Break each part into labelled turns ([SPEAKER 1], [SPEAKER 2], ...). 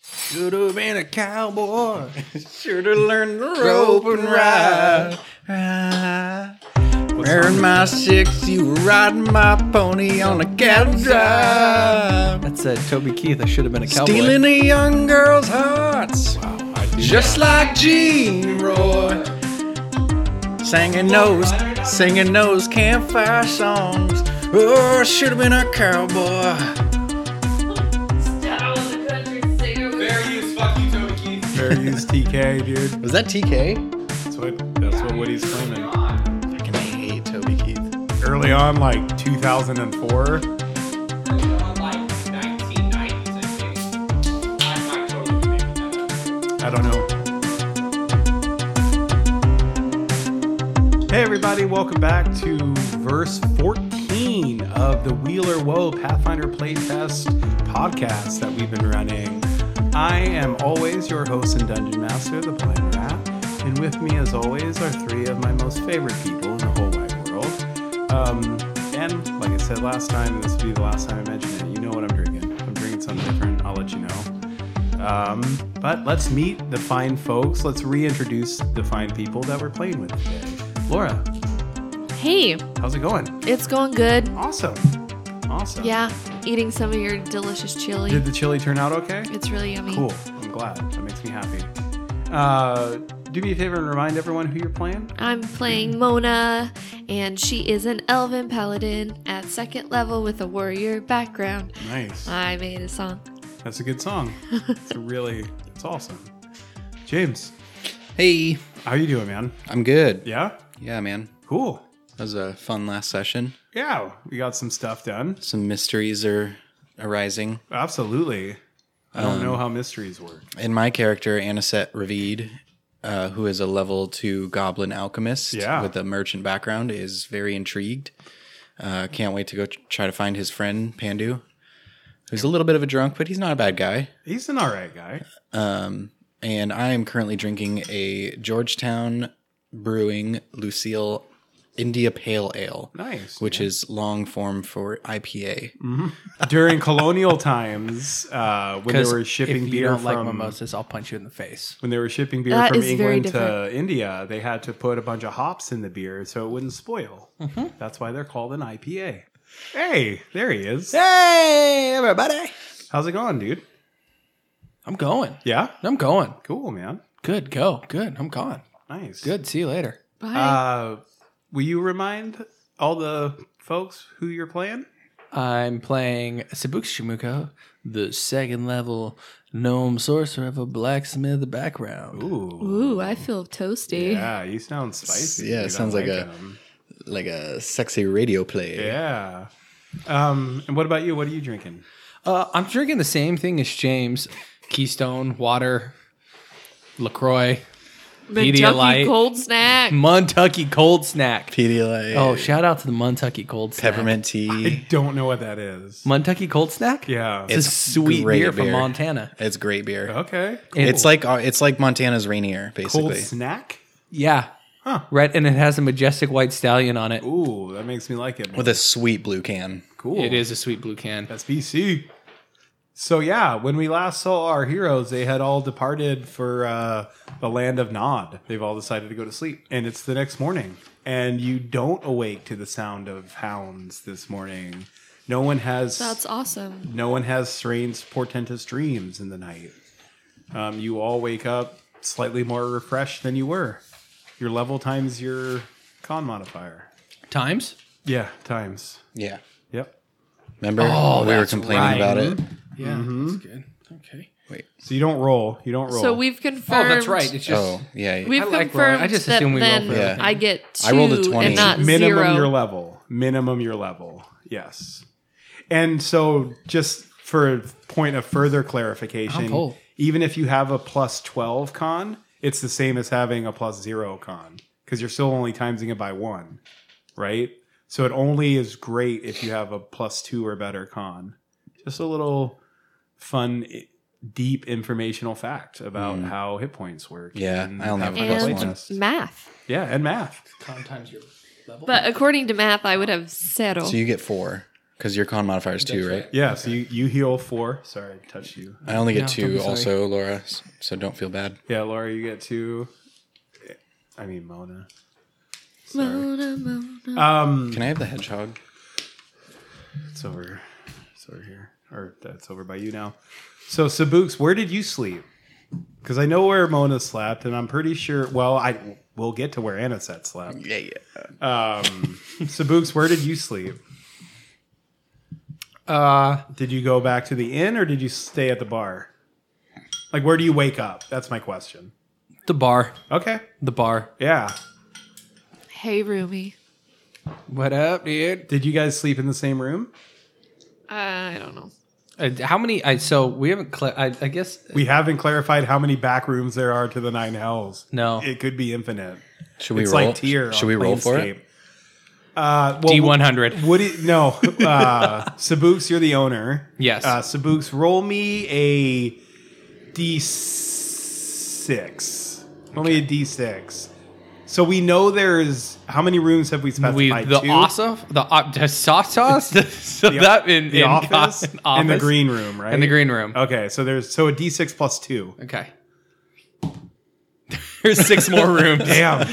[SPEAKER 1] Should have been a cowboy.
[SPEAKER 2] Should have learned the
[SPEAKER 1] rope and ride. ride. Wearing my six, you were riding my pony on a cattle drive.
[SPEAKER 2] That's uh, Toby Keith. I should have been a cowboy.
[SPEAKER 1] Stealing a young girl's hearts.
[SPEAKER 2] Wow, I do
[SPEAKER 1] Just like Gene Roy. Singing those, singing those campfire songs. Oh, I should have been a cowboy.
[SPEAKER 3] Style of the country singer with
[SPEAKER 4] use, fuck you, Toby Keith.
[SPEAKER 5] Fair use TK, dude.
[SPEAKER 1] Was that TK?
[SPEAKER 5] That's what that's what Woody's claiming.
[SPEAKER 1] Fucking hate Toby Keith.
[SPEAKER 5] Early on, like 2004.
[SPEAKER 4] Like 1990s, I think. I'm not totally making that up.
[SPEAKER 5] I don't know. Hey everybody, welcome back to verse 14 of the Wheeler Woe Pathfinder Playtest podcast that we've been running. I am always your host and dungeon master, the Blind Rat, and with me as always are three of my most favorite people in the whole wide world. Um, and like I said last time, this will be the last time I mention it. You know what I'm drinking. I'm drinking something different. I'll let you know. Um, but let's meet the fine folks. Let's reintroduce the fine people that we're playing with today. Laura,
[SPEAKER 3] Hey,
[SPEAKER 5] how's it going?
[SPEAKER 3] it's going good.
[SPEAKER 5] Awesome. Awesome.
[SPEAKER 3] Yeah, eating some of your delicious chili.
[SPEAKER 5] Did the chili turn out okay?
[SPEAKER 3] It's really yummy.
[SPEAKER 5] Cool. I'm glad. That makes me happy. Uh, do me a favor and remind everyone who you're playing.
[SPEAKER 3] I'm playing Mona, and she is an elven paladin at second level with a warrior background.
[SPEAKER 5] Nice.
[SPEAKER 3] I made a song.
[SPEAKER 5] Uh. That's a good song. It's a really, it's awesome. James,
[SPEAKER 1] Hey,
[SPEAKER 5] how you doing, man?
[SPEAKER 1] I'm good.
[SPEAKER 5] Yeah.
[SPEAKER 1] Yeah, man.
[SPEAKER 5] Cool.
[SPEAKER 1] That was a fun last session.
[SPEAKER 5] Yeah, we got some stuff done.
[SPEAKER 1] Some mysteries are arising.
[SPEAKER 5] Absolutely. I don't
[SPEAKER 2] Um,
[SPEAKER 5] know how mysteries work.
[SPEAKER 1] In my character, Anisette Ravid, uh, who is a level two goblin alchemist
[SPEAKER 5] Yeah.
[SPEAKER 1] with a merchant background, is very intrigued. Uh, can't wait to go t- try to find his friend Pandu, who's a little bit of a drunk, but he's not a bad guy.
[SPEAKER 5] He's an all right guy.
[SPEAKER 1] And I am currently drinking a Georgetown Brewing Lucille India Pale Ale,
[SPEAKER 5] Nice. Mm.
[SPEAKER 1] which is long form for IPA.
[SPEAKER 5] during colonial times uh, when they were shipping
[SPEAKER 2] if you
[SPEAKER 5] beer
[SPEAKER 2] don't
[SPEAKER 5] from
[SPEAKER 2] like mimosas, I'll punch you in the face.
[SPEAKER 5] when they were shipping beer
[SPEAKER 3] That
[SPEAKER 5] from
[SPEAKER 3] is very
[SPEAKER 5] England to India, they had to put a bunch of hops in the beer so it wouldn't spoil.
[SPEAKER 2] Mm-hmm.
[SPEAKER 5] That's why they're called an IPA. Hey, there he is.
[SPEAKER 2] Hey, everybody!
[SPEAKER 5] How's it going, dude?
[SPEAKER 2] I'm going.
[SPEAKER 5] Yeah,
[SPEAKER 2] I'm going.
[SPEAKER 5] cool, man.
[SPEAKER 2] Good, go. Good. I'm gone.
[SPEAKER 5] Nice.
[SPEAKER 2] Good. See you later.
[SPEAKER 3] Bye.
[SPEAKER 5] Uh, will you remind all the folks who you're playing?
[SPEAKER 2] I'm playing Shimuko, the second level gnome sorcerer of a blacksmith background.
[SPEAKER 5] Ooh,
[SPEAKER 3] Ooh, I feel toasty.
[SPEAKER 5] yeah, you sound spicy.
[SPEAKER 1] Yeah, it
[SPEAKER 5] dude. I
[SPEAKER 1] sounds like a-
[SPEAKER 5] him.
[SPEAKER 1] Like a sexy radio play.
[SPEAKER 5] yeah. Um, and what about you? What are you drinking?
[SPEAKER 2] Uh, I'm drinking the same thing as James Keystone, water, LaCroix,
[SPEAKER 3] Kentucky
[SPEAKER 2] Pedialyte. Mm.
[SPEAKER 3] cold snack.
[SPEAKER 2] Montucky cold snack.
[SPEAKER 1] Pedialyte.
[SPEAKER 2] Oh, shout out to the Montucky cold snack.
[SPEAKER 1] peppermint tea.
[SPEAKER 5] I don't know what that is.
[SPEAKER 2] Montucky cold snack?
[SPEAKER 5] Yeah.
[SPEAKER 1] It's
[SPEAKER 2] It's, a sweet
[SPEAKER 1] great
[SPEAKER 2] beer, from
[SPEAKER 1] beer.
[SPEAKER 2] Montana.
[SPEAKER 1] It's great beer.
[SPEAKER 5] Okay.
[SPEAKER 1] It's like uh, it's like Montana's Rainier,
[SPEAKER 5] cold
[SPEAKER 1] basically.
[SPEAKER 5] snack.
[SPEAKER 2] Yeah.
[SPEAKER 5] Huh.
[SPEAKER 2] Right. And it has a majestic white stallion on it.
[SPEAKER 5] Ooh, that makes me like it.
[SPEAKER 1] with a sweet blue can.
[SPEAKER 5] cool.
[SPEAKER 2] It is a sweet blue can.
[SPEAKER 5] That's BC. So yeah, when we last saw our heroes, they had all departed for uh, the land of Nod. They've all decided to go to sleep, and it's the next morning. And you don't awake to the sound of hounds this morning. No one has
[SPEAKER 3] That's awesome.
[SPEAKER 5] no one has strange, portentous dreams in the night. Um, you all wake up slightly more refreshed than you were. Your level times your con modifier.
[SPEAKER 2] Times?
[SPEAKER 5] Yeah, times.
[SPEAKER 1] Yeah.
[SPEAKER 5] Yep.
[SPEAKER 1] Remember?
[SPEAKER 2] Oh,
[SPEAKER 1] we were
[SPEAKER 2] that's
[SPEAKER 1] complaining
[SPEAKER 2] right.
[SPEAKER 1] about it.
[SPEAKER 2] Yeah. That's good. Okay.
[SPEAKER 1] Wait.
[SPEAKER 5] So you don't roll. You don't roll.
[SPEAKER 3] So we've confirmed.
[SPEAKER 2] Oh, that's right. It's just.
[SPEAKER 1] oh, yeah. yeah.
[SPEAKER 3] We've
[SPEAKER 2] I like rolling.
[SPEAKER 3] confirmed
[SPEAKER 2] I just
[SPEAKER 3] that
[SPEAKER 2] assume we roll
[SPEAKER 3] then
[SPEAKER 2] for
[SPEAKER 1] everything.
[SPEAKER 3] I get two
[SPEAKER 1] I rolled a 20.
[SPEAKER 3] and not
[SPEAKER 5] minimum
[SPEAKER 3] zero.
[SPEAKER 5] your level. Minimum your level. Yes. And so just for a point of further
[SPEAKER 2] I'm
[SPEAKER 5] clarification,
[SPEAKER 2] full.
[SPEAKER 5] even if you have a plus 12 con, it's the same as having a plus 0 con cuz you're still only timesing it by 1, right? So it only is great if you have a plus 2 or better con. Just a little fun i- deep informational fact about how hit points work.
[SPEAKER 1] Mm. Yeah,
[SPEAKER 5] and
[SPEAKER 1] I only
[SPEAKER 5] how
[SPEAKER 1] have a plus
[SPEAKER 5] play
[SPEAKER 1] one.
[SPEAKER 3] and
[SPEAKER 5] tests.
[SPEAKER 3] math.
[SPEAKER 5] Yeah, and math.
[SPEAKER 2] Times your level.
[SPEAKER 3] But according to math, I would have zero.
[SPEAKER 1] So you get four because your con modifiers too, right?
[SPEAKER 5] Yeah, so you, you heal four. Sorry, I touched you.
[SPEAKER 1] I only get
[SPEAKER 2] No, don't be
[SPEAKER 1] two,
[SPEAKER 2] sorry.
[SPEAKER 1] also, Laura. s- So don't feel bad.
[SPEAKER 5] Yeah, Laura, you get two. I mean, Mona.
[SPEAKER 3] Mona, Mona.
[SPEAKER 5] Um,
[SPEAKER 1] Can I have the hedgehog?
[SPEAKER 5] it's over. It's over here, or that's over by you now. So, Sabuks, where did you sleep? Because I know where Mona slept, and I'm pretty sure. Well, I we'll get to where Anisette slept.
[SPEAKER 1] Yeah, yeah.
[SPEAKER 5] Um, Sabuks, where did you sleep?
[SPEAKER 2] Uh,
[SPEAKER 5] Did you go back to the inn, or did you stay at the bar? Like, where do you wake up? That's my question.
[SPEAKER 2] the bar.
[SPEAKER 5] Okay,
[SPEAKER 2] The bar.
[SPEAKER 5] yeah.
[SPEAKER 3] hey, Rumi.
[SPEAKER 2] What up, dude?
[SPEAKER 5] Did you guys sleep in the same room?
[SPEAKER 3] I don't know.
[SPEAKER 2] Uh, how many? I so we haven't. Cl- I, I guess
[SPEAKER 5] We haven't clarified how many back rooms there are to the Nine Hells.
[SPEAKER 2] no.
[SPEAKER 5] It could be infinite.
[SPEAKER 1] Should we
[SPEAKER 5] it's
[SPEAKER 1] roll?
[SPEAKER 5] like tier.
[SPEAKER 1] Should we roll for it?
[SPEAKER 5] Uh, well,
[SPEAKER 2] D one hundred.
[SPEAKER 5] Would it? No. Uh, Sabuks, you're the owner.
[SPEAKER 2] Yes.
[SPEAKER 5] Uh, Sabuks, roll me a d6. Roll me a d6. So we know there's how many rooms have we specified?
[SPEAKER 2] We the
[SPEAKER 5] Two?
[SPEAKER 2] awesome the uh, the sauce sauce. so that in
[SPEAKER 5] the
[SPEAKER 2] in
[SPEAKER 5] office,
[SPEAKER 2] in
[SPEAKER 5] and the
[SPEAKER 2] office.
[SPEAKER 5] green room, right? Oh.
[SPEAKER 2] in the green room.
[SPEAKER 5] Okay, so there's so a d6 plus two.
[SPEAKER 2] Okay. There's six more rooms.
[SPEAKER 5] Damn.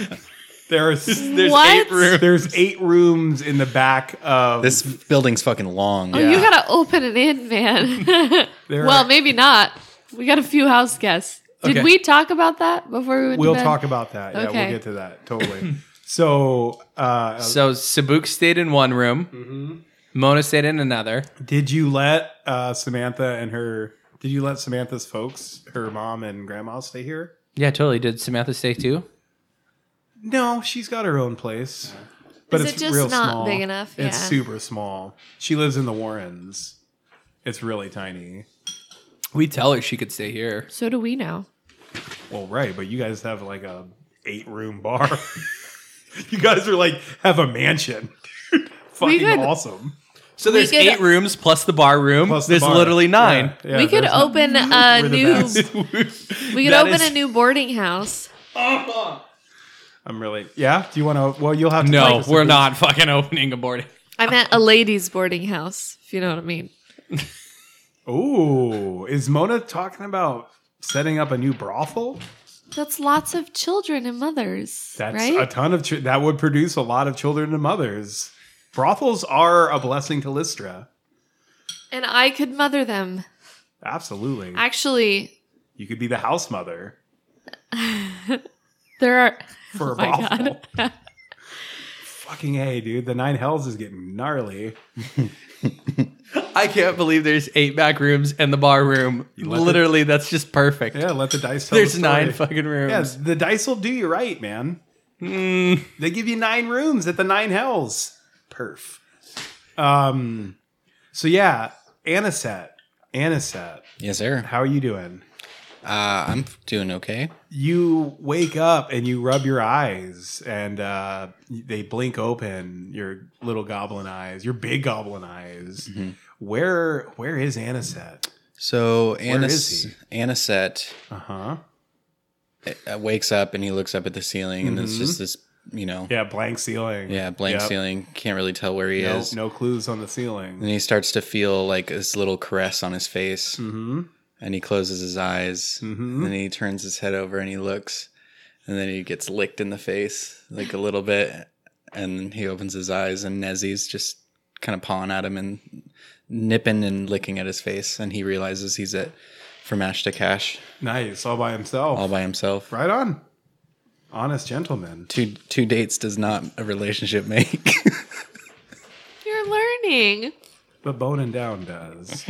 [SPEAKER 5] there's
[SPEAKER 2] There's
[SPEAKER 3] What?
[SPEAKER 2] eight rooms.
[SPEAKER 5] there's eight rooms in the back of
[SPEAKER 1] This building's fucking long.
[SPEAKER 3] Oh, you gotta open it in, man.
[SPEAKER 5] There
[SPEAKER 3] well,
[SPEAKER 5] are-
[SPEAKER 3] maybe not. We got a few house guests. Did
[SPEAKER 2] Okay.
[SPEAKER 3] we talk about that before we went
[SPEAKER 5] We'll
[SPEAKER 3] to bed?
[SPEAKER 5] talk about that. Yeah,
[SPEAKER 3] Okay.
[SPEAKER 5] we'll get to that totally. so, uh,
[SPEAKER 2] So Sabuk stayed in one room. Mona stayed in another.
[SPEAKER 5] did you let uh, Samantha and her? Did you let Samantha's folks, her mom and grandma, stay here?
[SPEAKER 2] Yeah, totally. Did Samantha stay too?
[SPEAKER 5] No, she's got her own place, but
[SPEAKER 3] Is it
[SPEAKER 5] it's
[SPEAKER 3] just
[SPEAKER 5] real
[SPEAKER 3] not
[SPEAKER 5] small.
[SPEAKER 3] big enough?
[SPEAKER 5] It's
[SPEAKER 3] Yeah.
[SPEAKER 5] super small. She lives in the Warrens. It's really tiny.
[SPEAKER 2] We tell her she could stay here.
[SPEAKER 3] So do we now.
[SPEAKER 5] Well, right, but you guys have like a eight room bar. you guys are like have a mansion. Dude, fucking
[SPEAKER 3] could-
[SPEAKER 5] awesome.
[SPEAKER 2] So
[SPEAKER 3] We
[SPEAKER 2] there's
[SPEAKER 3] could- uh,
[SPEAKER 2] eight rooms plus the bar room.
[SPEAKER 5] Plus the
[SPEAKER 2] there's
[SPEAKER 5] bar.
[SPEAKER 2] literally nine.
[SPEAKER 5] Yeah, yeah,
[SPEAKER 3] we could
[SPEAKER 5] there's no-
[SPEAKER 3] open
[SPEAKER 5] we're
[SPEAKER 3] a
[SPEAKER 5] the
[SPEAKER 3] new.
[SPEAKER 5] best.
[SPEAKER 3] We could
[SPEAKER 2] That
[SPEAKER 3] open
[SPEAKER 2] is-
[SPEAKER 3] a new boarding house.
[SPEAKER 5] I'm really. Yeah. Do you want to? Well, you'll have to.
[SPEAKER 2] No,
[SPEAKER 5] practice
[SPEAKER 2] we're
[SPEAKER 5] it.
[SPEAKER 2] not fucking opening a boarding.
[SPEAKER 3] I
[SPEAKER 5] Uh,
[SPEAKER 3] meant a ladies' boarding house. If you know what I mean.
[SPEAKER 5] Ooh, is Mona talking about setting up a new brothel?
[SPEAKER 3] That's lots of children and mothers,
[SPEAKER 5] That's a
[SPEAKER 3] right?
[SPEAKER 5] ton of. Ch- that would produce a lot of children and mothers. Brothels are a blessing to Lystra.
[SPEAKER 3] and I could mother them.
[SPEAKER 5] Absolutely,
[SPEAKER 3] Actually,
[SPEAKER 5] you could be the house mother
[SPEAKER 3] there are.
[SPEAKER 5] for a
[SPEAKER 3] my
[SPEAKER 5] brothel. Oh Fucking hey, dude! The nine hells is getting gnarly.
[SPEAKER 2] I can't believe there's eight back rooms and the bar room.
[SPEAKER 5] let the-
[SPEAKER 2] Literally, that's just perfect.
[SPEAKER 5] Yeah, let the dice. Tell
[SPEAKER 2] there's
[SPEAKER 5] the story.
[SPEAKER 2] nine fucking
[SPEAKER 5] Yeah,
[SPEAKER 2] rooms.
[SPEAKER 5] the dice will do you right, man.
[SPEAKER 2] Mm,
[SPEAKER 5] They give you nine rooms at the Nine Hells. Perf. Um. So yeah, Anisette. Anisette,
[SPEAKER 1] Yes, sir.
[SPEAKER 5] how are you doing?
[SPEAKER 1] Uh, I'm doing okay.
[SPEAKER 5] You wake up and you rub your eyes, and uh, they blink open. Your little goblin eyes, your big goblin eyes.
[SPEAKER 1] Mm-hmm.
[SPEAKER 5] Where Where is Anisette?
[SPEAKER 1] So
[SPEAKER 5] is
[SPEAKER 1] Anis-
[SPEAKER 5] he?
[SPEAKER 1] Anisette
[SPEAKER 5] Uh
[SPEAKER 1] Uh-huh.
[SPEAKER 5] huh.
[SPEAKER 1] uh, wakes up and he looks up at the ceiling, and it's just this, you know, yeah,
[SPEAKER 5] Yeah, blank ceiling.
[SPEAKER 1] blank
[SPEAKER 5] Yep.
[SPEAKER 1] ceiling. Can't really tell where he
[SPEAKER 5] No,
[SPEAKER 1] is.
[SPEAKER 5] no clues on the ceiling.
[SPEAKER 1] And he starts to feel like this little caress on his face,
[SPEAKER 5] Mm-hmm.
[SPEAKER 1] and he closes his eyes,
[SPEAKER 5] Mhm.
[SPEAKER 1] and then he turns his head over and he looks, and then he gets licked in the face like a little bit, and he opens his eyes, and Nezzy's just kind of pawing at him and nipping and licking at his face, and he realizes he's it from ash to cash
[SPEAKER 5] Nice, all by himself.
[SPEAKER 1] all by himself.
[SPEAKER 5] Right on. Honest gentleman.
[SPEAKER 1] Two two dates does not a relationship make.
[SPEAKER 3] You're learning.
[SPEAKER 5] But Bone and Down does.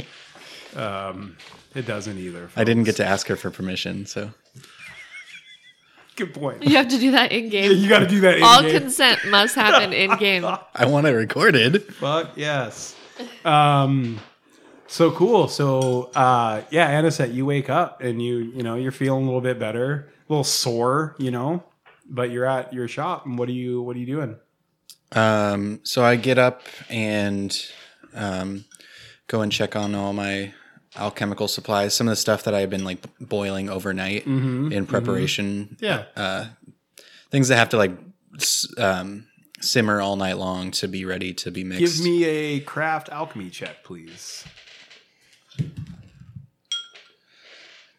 [SPEAKER 5] Um, it doesn't either.
[SPEAKER 1] I didn't get to ask her for permission, so
[SPEAKER 5] Good point.
[SPEAKER 3] You have to do that in game.
[SPEAKER 5] You got to do that.
[SPEAKER 3] All
[SPEAKER 5] in-game.
[SPEAKER 3] consent must happen in game.
[SPEAKER 1] I want it recorded.
[SPEAKER 5] Fuck yes. Um, so cool. So uh, yeah, Anisette, you wake up and you you know you're feeling a little bit better, a little sore, you know, but you're at your shop. And what are you what are you doing?
[SPEAKER 1] Um, so I get up and um, go and check on all my alchemical supplies, some of the stuff that I've been like boiling overnight
[SPEAKER 5] Mm-hmm.
[SPEAKER 1] in preparation.
[SPEAKER 5] Yeah.
[SPEAKER 1] Things that have to like s- um, simmer all night long to be ready to be mixed.
[SPEAKER 5] Give me a craft alchemy check, please.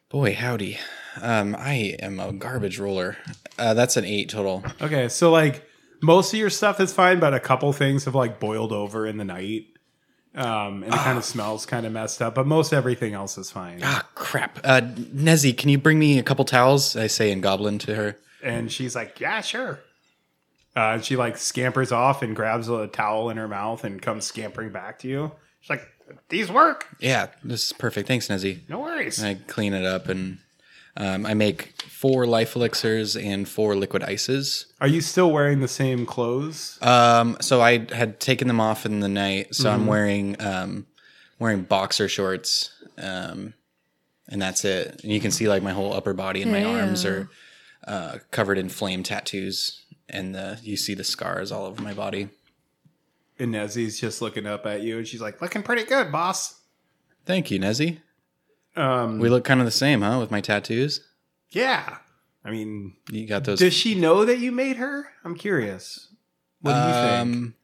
[SPEAKER 1] Boy, howdy. Um, I am a garbage roller. Uh, that's an eight total.
[SPEAKER 5] Okay, so like most of your stuff is fine, but a couple things have like boiled over in the night. Um, and it kind of smells kind of messed up, but most everything else is fine.
[SPEAKER 1] Ah, crap. Uh, Nezzy, can you bring me a couple towels? I say in goblin to her.
[SPEAKER 5] And she's like, "Yeah, sure." Uh, and she like scampers off and grabs a towel in her mouth and comes scampering back to you. She's like, "These work.
[SPEAKER 1] Yeah, this is perfect. Thanks, Nezzy.
[SPEAKER 5] No worries."
[SPEAKER 1] And I clean it up and um, I make four life elixirs and four liquid ices.
[SPEAKER 5] Are you still wearing the same clothes?
[SPEAKER 1] Um, so I had taken them off in the night, so I'm wearing um, wearing boxer shorts, um, and that's it. And you can see like my whole upper body and my arms
[SPEAKER 3] Ew.
[SPEAKER 1] are uh, covered in flame tattoos, and the you see the scars all over my body.
[SPEAKER 5] And Nezzy's just looking up at you, and she's like, "Looking pretty good, boss."
[SPEAKER 1] Thank you, Nezzy.
[SPEAKER 5] Um,
[SPEAKER 1] We look kind of the same, huh? With my tattoos,
[SPEAKER 5] yeah. I mean,
[SPEAKER 1] you got those.
[SPEAKER 5] does she know that you made her? I'm curious. What do you
[SPEAKER 1] Um,
[SPEAKER 5] think?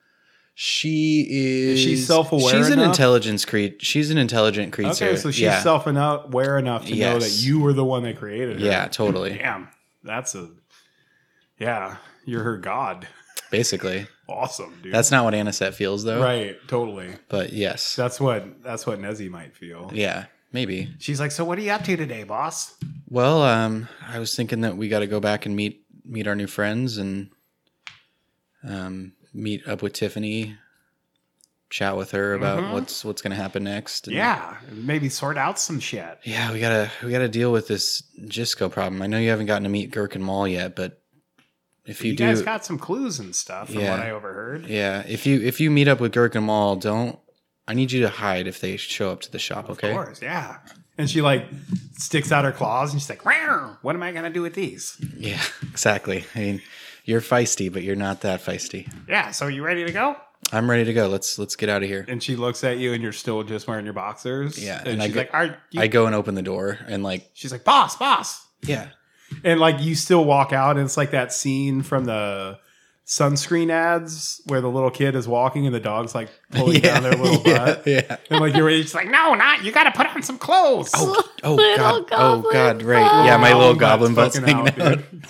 [SPEAKER 1] She is.
[SPEAKER 5] Is she self-aware
[SPEAKER 1] She's an
[SPEAKER 5] enough?
[SPEAKER 1] intelligence creature. She's an intelligent creature.
[SPEAKER 5] Okay, so she's
[SPEAKER 1] yeah.
[SPEAKER 5] self enough, aware enough to know that
[SPEAKER 1] Yes.
[SPEAKER 5] you were the one that created her.
[SPEAKER 1] Yeah, totally.
[SPEAKER 5] Damn, that's a yeah. You're her god.
[SPEAKER 1] Basically,
[SPEAKER 5] Awesome, dude.
[SPEAKER 1] that's not what Anisette feels though.
[SPEAKER 5] right. Totally.
[SPEAKER 1] But yes.
[SPEAKER 5] That's what that's what Nezzy might feel.
[SPEAKER 1] Yeah, maybe.
[SPEAKER 5] She's like, so what are you up to today, boss?
[SPEAKER 1] Well, um, I was thinking that we got to go back and meet meet our new friends and um, meet up with Tiffany, chat with her about
[SPEAKER 5] Mhm.
[SPEAKER 1] what's what's gonna happen next. and-
[SPEAKER 5] Yeah, maybe sort out some shit.
[SPEAKER 1] yeah, we gotta we gotta deal with this Jisco problem. I know you haven't gotten to meet Gherkin Mall yet, but if you,
[SPEAKER 5] You,
[SPEAKER 1] do,
[SPEAKER 5] guys got some clues and stuff from
[SPEAKER 1] Yeah.
[SPEAKER 5] what I overheard.
[SPEAKER 1] yeah, if you if you meet up with Gherkin Mall, don't. I need you to hide if they show up to the shop.
[SPEAKER 5] Of
[SPEAKER 1] okay.
[SPEAKER 5] course, yeah. And she like sticks out her claws and she's like, "Wow, what am I gonna do with these?
[SPEAKER 1] Yeah, exactly. I mean, you're feisty, but you're not that feisty.
[SPEAKER 5] Yeah, so you ready to go?
[SPEAKER 1] I'm ready to go. Let's let's get out of here.
[SPEAKER 5] And she looks at you and you're still just wearing your boxers.
[SPEAKER 1] Yeah,
[SPEAKER 5] And,
[SPEAKER 1] and I
[SPEAKER 5] she's
[SPEAKER 1] go-
[SPEAKER 5] like, Are you
[SPEAKER 1] I go and open the door and like
[SPEAKER 5] she's like, Boss, boss.
[SPEAKER 1] yeah.
[SPEAKER 5] And like you still walk out, and it's like that scene from the sunscreen ads where the little kid is walking and the dog's like pulling down their little
[SPEAKER 1] yeah,
[SPEAKER 5] butt.
[SPEAKER 1] yeah.
[SPEAKER 5] And like you're just like, No, not you gotta put on some clothes.
[SPEAKER 1] Oh, oh
[SPEAKER 3] Little
[SPEAKER 1] god. Oh
[SPEAKER 3] goblin
[SPEAKER 1] god, right.
[SPEAKER 3] butt.
[SPEAKER 1] Yeah, my little
[SPEAKER 5] Butt's
[SPEAKER 1] goblin butt's
[SPEAKER 5] fucking
[SPEAKER 1] hanging out.
[SPEAKER 5] dude.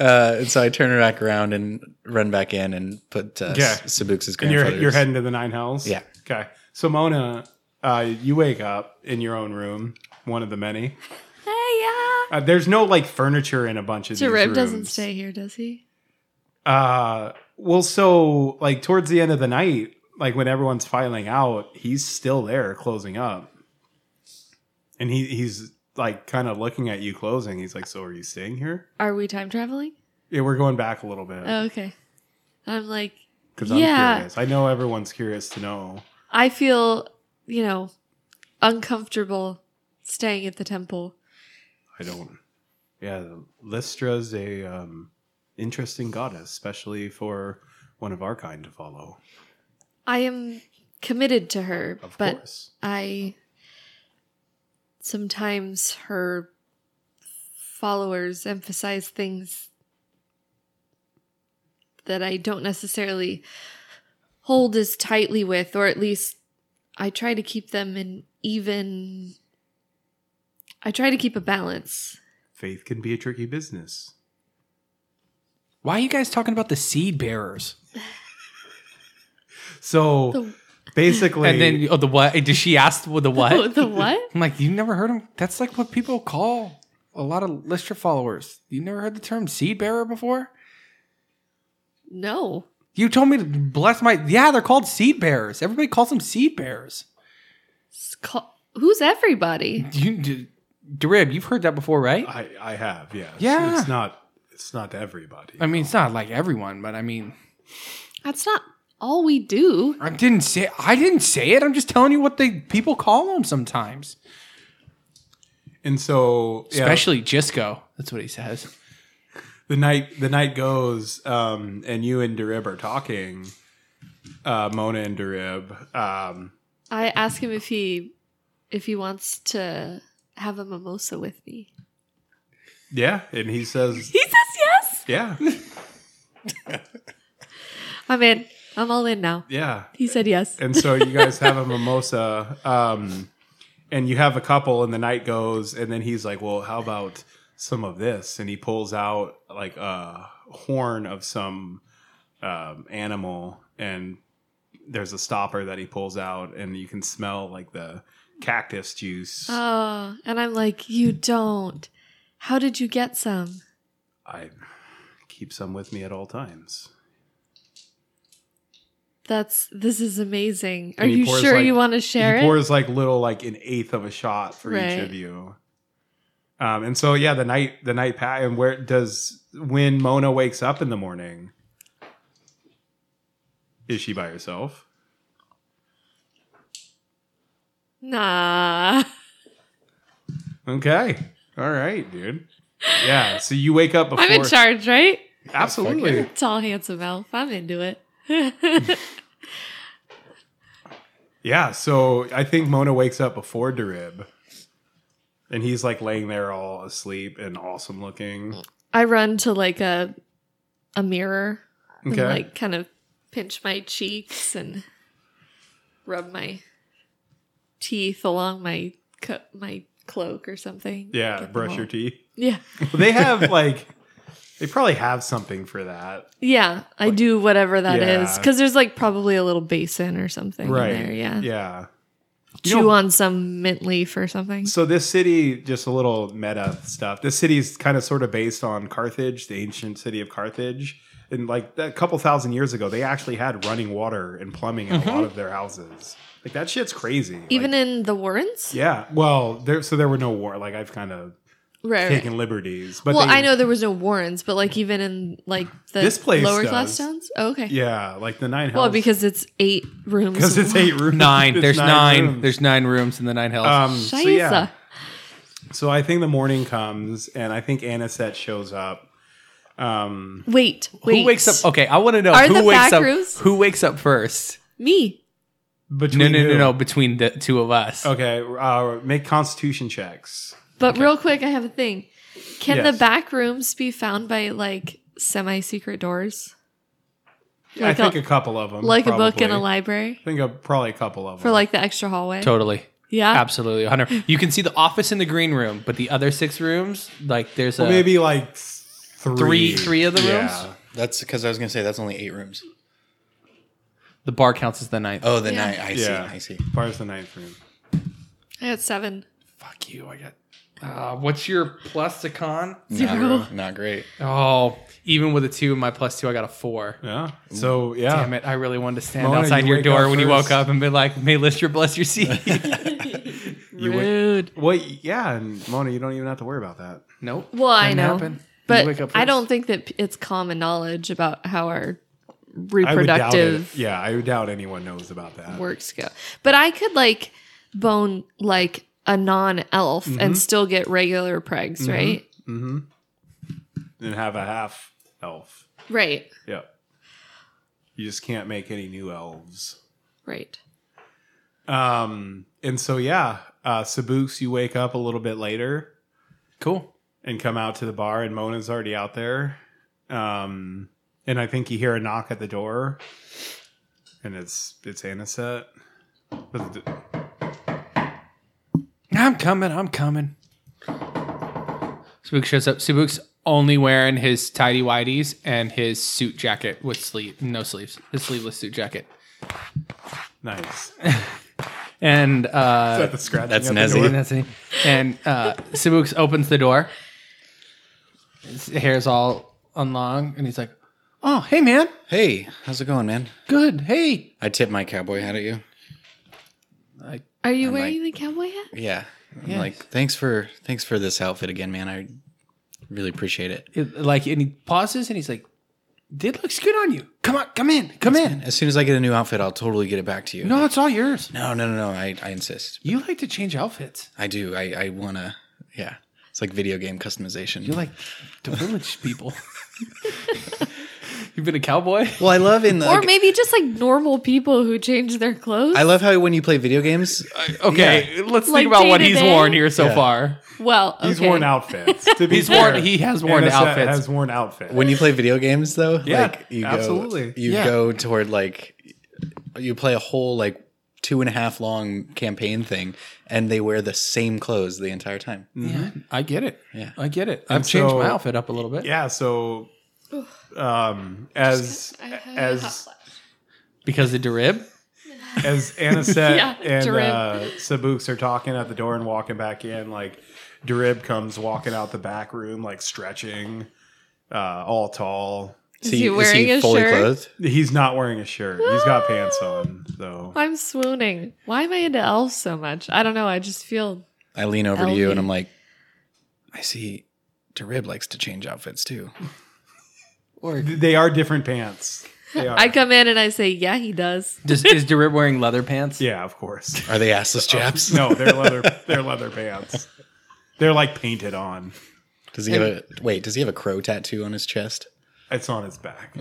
[SPEAKER 1] Uh, and so I turn her back around and run back in and put uh,
[SPEAKER 5] Yeah.
[SPEAKER 1] yeah. Sabux's
[SPEAKER 5] And you're,
[SPEAKER 1] grandfather's.
[SPEAKER 5] you're heading to the nine hells?
[SPEAKER 1] Yeah.
[SPEAKER 5] Okay. So, Mona, uh, you wake up in your own room, one of the many.
[SPEAKER 3] Hey, yeah.
[SPEAKER 5] Uh, there's no like furniture in a bunch of these
[SPEAKER 3] Jarib doesn't
[SPEAKER 5] rooms.
[SPEAKER 3] stay here, does he?
[SPEAKER 5] Uh, well, so like towards the end of the night, like when everyone's filing out, he's still there closing up. And he, he's like kind of looking at you closing. He's like, So, are you staying here?
[SPEAKER 3] Are we time traveling?
[SPEAKER 5] Yeah, we're going back a little bit
[SPEAKER 3] Oh, okay. I'm like,
[SPEAKER 5] because I'm
[SPEAKER 3] yeah.
[SPEAKER 5] curious. I know everyone's curious to know.
[SPEAKER 3] I feel, you know, uncomfortable staying at the temple.
[SPEAKER 5] I don't. Yeah, Lystra's a um, interesting goddess, especially for one of our kind to follow.
[SPEAKER 3] I am committed to her,
[SPEAKER 5] Of
[SPEAKER 3] but
[SPEAKER 5] course,
[SPEAKER 3] I sometimes her followers emphasize things that I don't necessarily hold as tightly with, or at least I try to keep them in even. I try to keep a balance.
[SPEAKER 5] faith can be a tricky business.
[SPEAKER 2] Why are you guys talking about the seed bearers?
[SPEAKER 5] So
[SPEAKER 3] The,
[SPEAKER 5] basically,
[SPEAKER 2] And then oh, the what? Did she ask the what?
[SPEAKER 3] Oh, the what?
[SPEAKER 2] I'm like, you never heard him. That's like what people call a lot of Lister followers. You never heard the term seed bearer before?
[SPEAKER 3] No.
[SPEAKER 2] You told me to bless my. Yeah, they're called seed bearers. Everybody calls them seed bearers.
[SPEAKER 3] It's call- Who's everybody?
[SPEAKER 2] You, d- Darib, you've heard that before, right?
[SPEAKER 5] I, I have yes.
[SPEAKER 2] Yeah.
[SPEAKER 5] it's not it's not everybody.
[SPEAKER 2] I mean, it's not like everyone, but I mean,
[SPEAKER 3] That's not all we do.
[SPEAKER 2] I didn't say I didn't say it. I'm just telling you what they people call them sometimes,
[SPEAKER 5] and so yeah,
[SPEAKER 2] especially Jisco. That's what he says.
[SPEAKER 5] the night the night goes, um, and you and Darib are talking. Uh, Mona and Darib. Um,
[SPEAKER 3] I ask him if he if he wants to have a mimosa with me.
[SPEAKER 5] yeah, and he says,
[SPEAKER 3] He says yes.
[SPEAKER 5] yeah.
[SPEAKER 3] I'm in. I'm all in now.
[SPEAKER 5] Yeah.
[SPEAKER 3] He said yes.
[SPEAKER 5] And so you guys have a mimosa, um, and you have a couple, and the night goes, and then he's like, "Well, how about some of this?" And he pulls out like a horn of some um, animal, and there's a stopper that he pulls out, and you can smell like the cactus juice.
[SPEAKER 3] Oh, and I'm like, you don't. How did you get some?
[SPEAKER 5] I keep some with me at all times.
[SPEAKER 3] That's this is amazing. Are
[SPEAKER 5] And he
[SPEAKER 3] you
[SPEAKER 5] pours,
[SPEAKER 3] sure
[SPEAKER 5] like-
[SPEAKER 3] you want to
[SPEAKER 5] he
[SPEAKER 3] share it?
[SPEAKER 5] pours like little like an eighth of a shot for each
[SPEAKER 3] Right.
[SPEAKER 5] of you um and so yeah the night the night pat and where does when mona wakes up in the morning is she by herself
[SPEAKER 3] nah.
[SPEAKER 5] okay all right dude yeah so you wake up before
[SPEAKER 3] I'm in charge, right?
[SPEAKER 5] absolutely
[SPEAKER 3] Tall, handsome elf. I'm into it.
[SPEAKER 5] yeah so i think mona wakes up before derib and he's like laying there all asleep and awesome looking
[SPEAKER 3] I run to like a a mirror and
[SPEAKER 5] okay
[SPEAKER 3] like kind of pinch my cheeks and rub my teeth along my co- my cloak or something. Get
[SPEAKER 5] yeah
[SPEAKER 3] them
[SPEAKER 5] brush
[SPEAKER 3] all-
[SPEAKER 5] your teeth
[SPEAKER 3] Yeah.
[SPEAKER 5] they have like they probably have something for that
[SPEAKER 3] Yeah, I do whatever that is.
[SPEAKER 5] Yeah.
[SPEAKER 3] Cuz there's like probably a little basin or something
[SPEAKER 5] right
[SPEAKER 3] in there, yeah.
[SPEAKER 5] yeah You
[SPEAKER 3] Chew
[SPEAKER 5] know-
[SPEAKER 3] on some mint leaf or something.
[SPEAKER 5] so this city just a little meta stuff this city is kind of sort of based on carthage the ancient city of carthage and like a couple thousand years ago they actually had running water and plumbing in a lot of their houses like that shit's crazy
[SPEAKER 3] Mm-hmm. Even
[SPEAKER 5] Like,
[SPEAKER 3] in the warrants?
[SPEAKER 5] yeah well there so there were no war like i've kind of
[SPEAKER 3] right. right.
[SPEAKER 5] taken liberties but
[SPEAKER 3] well,
[SPEAKER 5] they-
[SPEAKER 3] I know there was no warrants, but like even in like the
[SPEAKER 5] This place
[SPEAKER 3] lower
[SPEAKER 5] does.
[SPEAKER 3] class towns? Oh, okay.
[SPEAKER 5] yeah like the nine
[SPEAKER 3] Well,
[SPEAKER 5] houses-
[SPEAKER 3] because it's 8 rooms.
[SPEAKER 5] because it's eight rooms
[SPEAKER 2] Nine.
[SPEAKER 5] It's
[SPEAKER 2] There's nine.
[SPEAKER 5] rooms.
[SPEAKER 2] There's nine rooms in the nine hells.
[SPEAKER 5] um so
[SPEAKER 3] Shiza.
[SPEAKER 5] yeah So I think the morning comes, and I think Anisette shows up. Um,
[SPEAKER 3] Wait, wait.
[SPEAKER 2] who wakes up? Okay, I want to know
[SPEAKER 3] Are
[SPEAKER 2] who
[SPEAKER 3] the
[SPEAKER 2] wakes
[SPEAKER 3] back
[SPEAKER 2] up.
[SPEAKER 3] rooms-
[SPEAKER 2] Who wakes up first?
[SPEAKER 3] Me.
[SPEAKER 2] No,
[SPEAKER 5] between
[SPEAKER 2] no, no,
[SPEAKER 5] who?
[SPEAKER 2] no. Between the two of us.
[SPEAKER 5] Okay, uh, make Constitution checks.
[SPEAKER 3] But real quick, I have a thing. Can
[SPEAKER 5] Yes.
[SPEAKER 3] the back rooms be found by like semi-secret doors?
[SPEAKER 5] I
[SPEAKER 3] Like
[SPEAKER 5] think
[SPEAKER 3] a-
[SPEAKER 5] a, couple of them,
[SPEAKER 3] Like a book in a
[SPEAKER 5] probably.
[SPEAKER 3] library
[SPEAKER 5] I think a, probably a couple of them
[SPEAKER 3] for like the extra hallway?
[SPEAKER 2] Totally.
[SPEAKER 3] Yeah.
[SPEAKER 2] Absolutely. 100. You can see the office in the green room, but the other six rooms, like there's a
[SPEAKER 5] Well, maybe like three,
[SPEAKER 2] Three- three of the
[SPEAKER 5] Yeah.
[SPEAKER 2] rooms?
[SPEAKER 1] That's because I was gonna say that's only eight rooms.
[SPEAKER 2] the bar counts as the ninth.
[SPEAKER 1] Oh, the
[SPEAKER 3] Yeah.
[SPEAKER 1] night. I
[SPEAKER 5] Yeah.
[SPEAKER 1] see. I see.
[SPEAKER 5] Bar's the ninth room.
[SPEAKER 3] I got 7.
[SPEAKER 2] Fuck you. I got. Uh, what's your plus to con?
[SPEAKER 3] Zero.
[SPEAKER 1] Not, not great.
[SPEAKER 2] Oh, even with a two and my plus two, I got a four.
[SPEAKER 5] Yeah. So yeah,
[SPEAKER 2] Damn it! I really wanted to stand
[SPEAKER 5] Mona,
[SPEAKER 2] outside
[SPEAKER 5] you
[SPEAKER 2] your
[SPEAKER 5] wake
[SPEAKER 2] door
[SPEAKER 5] up
[SPEAKER 2] when you
[SPEAKER 5] first.
[SPEAKER 2] woke up and be like, "May Lister bless your seat."
[SPEAKER 5] You wake-
[SPEAKER 3] Rude.
[SPEAKER 5] well, yeah, and Mona, you don't even have to worry about that.
[SPEAKER 2] nope.
[SPEAKER 3] Well, I
[SPEAKER 2] Didn't
[SPEAKER 3] know.
[SPEAKER 2] happen. You wake up
[SPEAKER 3] But I
[SPEAKER 2] first.
[SPEAKER 3] don't think that p- it's common knowledge about how our
[SPEAKER 5] I would doubt it.
[SPEAKER 3] reproductive
[SPEAKER 5] Yeah, I would doubt anyone knows about that.
[SPEAKER 3] works go. But I could like bone like a non-elf and still get regular pregs, right?
[SPEAKER 5] Mm-hmm. And have a half elf.
[SPEAKER 3] Right.
[SPEAKER 5] Yep. You just can't make any new elves.
[SPEAKER 3] Right.
[SPEAKER 5] Um, and so yeah, uh Sabuks, you wake up a little bit later
[SPEAKER 2] Cool.
[SPEAKER 5] and come out to the bar and Mona's already out there. Um and I think you hear a knock at the door. And it's it's Anisette. But th-
[SPEAKER 2] I'm coming. I'm coming. Spook shows up. Spook's only wearing his tidy whities and his suit jacket with sleeve, no sleeves, his sleeveless suit jacket.
[SPEAKER 5] Nice.
[SPEAKER 3] Uh,
[SPEAKER 2] And uh,
[SPEAKER 5] That's the scratching
[SPEAKER 1] That's
[SPEAKER 5] at the
[SPEAKER 1] Nezzy.
[SPEAKER 5] door.
[SPEAKER 2] and that's it. And uh, Sabuks opens the door. His hair's all unlong, and he's like, "Oh, hey, man,
[SPEAKER 1] Hey, how's it going, man?
[SPEAKER 2] good. Hey,
[SPEAKER 1] I tip my cowboy hat at you.
[SPEAKER 2] like,
[SPEAKER 3] Are you
[SPEAKER 1] I'm
[SPEAKER 3] wearing the cowboy hat?
[SPEAKER 1] Yeah. I'm
[SPEAKER 2] Yes.
[SPEAKER 1] like, thanks for thanks for this outfit again, man. I really appreciate it.
[SPEAKER 2] it, like," and he pauses, and he's like, "It looks good on you. Come on, come in, come in.
[SPEAKER 1] As soon as I get a new outfit, I'll totally get it back to you.
[SPEAKER 2] No, it's all yours.
[SPEAKER 1] no, no, no. no. I, I insist.
[SPEAKER 2] You like to change outfits.
[SPEAKER 1] I do. I, I wanna yeah. It's like video game customization.
[SPEAKER 2] You're like the village people. You've been a cowboy?
[SPEAKER 1] well, I love in the.
[SPEAKER 3] or
[SPEAKER 1] like,
[SPEAKER 3] maybe just like normal people who change their clothes.
[SPEAKER 1] I love how when you play video games,
[SPEAKER 2] Okay, let's
[SPEAKER 3] Like
[SPEAKER 2] think about what
[SPEAKER 3] day to
[SPEAKER 2] he's
[SPEAKER 3] day?
[SPEAKER 2] worn here so
[SPEAKER 5] Yeah.
[SPEAKER 2] far.
[SPEAKER 3] well, okay.
[SPEAKER 5] He's worn outfits. To be
[SPEAKER 2] He's worn-
[SPEAKER 5] fair.
[SPEAKER 2] he has worn
[SPEAKER 5] Anissa
[SPEAKER 2] outfits.
[SPEAKER 5] Has worn outfits.
[SPEAKER 1] when you play video games though,
[SPEAKER 5] Yeah,
[SPEAKER 1] like you
[SPEAKER 5] absolutely.
[SPEAKER 1] go, you
[SPEAKER 2] Yeah.
[SPEAKER 1] go toward like you play a whole like two and a half long campaign thing, and they wear the same clothes the entire time.
[SPEAKER 2] Yeah, I get it.
[SPEAKER 1] Yeah.
[SPEAKER 2] I get it. I've
[SPEAKER 5] And
[SPEAKER 2] changed
[SPEAKER 5] so-
[SPEAKER 2] my outfit up a little bit
[SPEAKER 5] yeah. So, um, as
[SPEAKER 3] I have a hot
[SPEAKER 5] as
[SPEAKER 3] flash.
[SPEAKER 2] because of Derib.
[SPEAKER 5] as Anisette
[SPEAKER 3] Yeah,
[SPEAKER 5] and
[SPEAKER 3] Darib.
[SPEAKER 5] uh, Sabuks are talking at the door and walking back in, like Darib comes walking out the back room, like stretching, uh, all tall.
[SPEAKER 3] Is he wearing a shirt?
[SPEAKER 1] clothed?
[SPEAKER 5] He's not wearing a shirt. He's got pants on, though.
[SPEAKER 3] I'm swooning. Why am I into elves so much? I don't know. I just feel
[SPEAKER 1] I lean over to you and
[SPEAKER 3] Elvie.
[SPEAKER 1] I'm like, I see Darib likes to change outfits too.
[SPEAKER 2] Or
[SPEAKER 5] They are different pants. They are.
[SPEAKER 3] I come in and I say, "Yeah, he does."
[SPEAKER 2] does, is Derib wearing leather pants?
[SPEAKER 5] yeah, of course.
[SPEAKER 1] Are they assless chaps?
[SPEAKER 5] No, they're leather. they're leather pants. They're like painted on.
[SPEAKER 1] Does he have a wait? Does he have a crow tattoo on his chest?
[SPEAKER 5] It's on his back.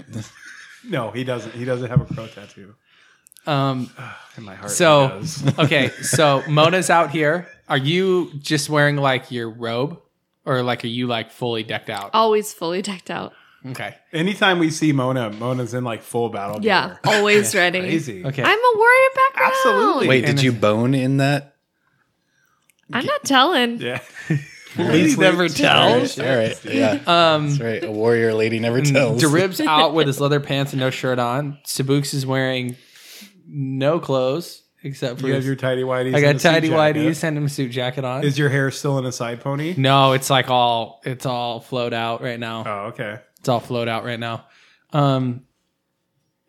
[SPEAKER 5] No, he doesn't. He doesn't have a crow tattoo.
[SPEAKER 2] Um,
[SPEAKER 5] In my heart,
[SPEAKER 2] So-
[SPEAKER 5] he does.
[SPEAKER 2] okay, so Mona's out here. Are you just wearing like your robe? Or like are you like fully decked out?
[SPEAKER 3] Always fully decked out.
[SPEAKER 5] Oh.
[SPEAKER 2] Okay.
[SPEAKER 5] anytime we see Mona, Mona's in like full battle.
[SPEAKER 3] Yeah,
[SPEAKER 5] gear.
[SPEAKER 3] always ready.
[SPEAKER 5] crazy.
[SPEAKER 2] Okay.
[SPEAKER 3] I'm a warrior background.
[SPEAKER 5] Absolutely.
[SPEAKER 1] Wait,
[SPEAKER 2] And
[SPEAKER 1] did you bone in that?
[SPEAKER 3] I'm not telling.
[SPEAKER 5] Yeah.
[SPEAKER 2] Ladies never tell.
[SPEAKER 1] All right, all right, yeah,
[SPEAKER 2] um
[SPEAKER 1] that's right. A warrior lady never tells.
[SPEAKER 2] Derib's out with his leather pants and no shirt on. Sabuks is wearing no clothes except for
[SPEAKER 5] You have
[SPEAKER 2] his-
[SPEAKER 5] your tidy whities.
[SPEAKER 2] I
[SPEAKER 5] and
[SPEAKER 2] got
[SPEAKER 5] the suit
[SPEAKER 2] tidy
[SPEAKER 5] jacket.
[SPEAKER 2] whities and a suit jacket on.
[SPEAKER 5] Is your hair still in a side pony?
[SPEAKER 2] no, it's like all it's all flowed out right now.
[SPEAKER 5] Oh, okay.
[SPEAKER 2] It's all flowed out right now. Um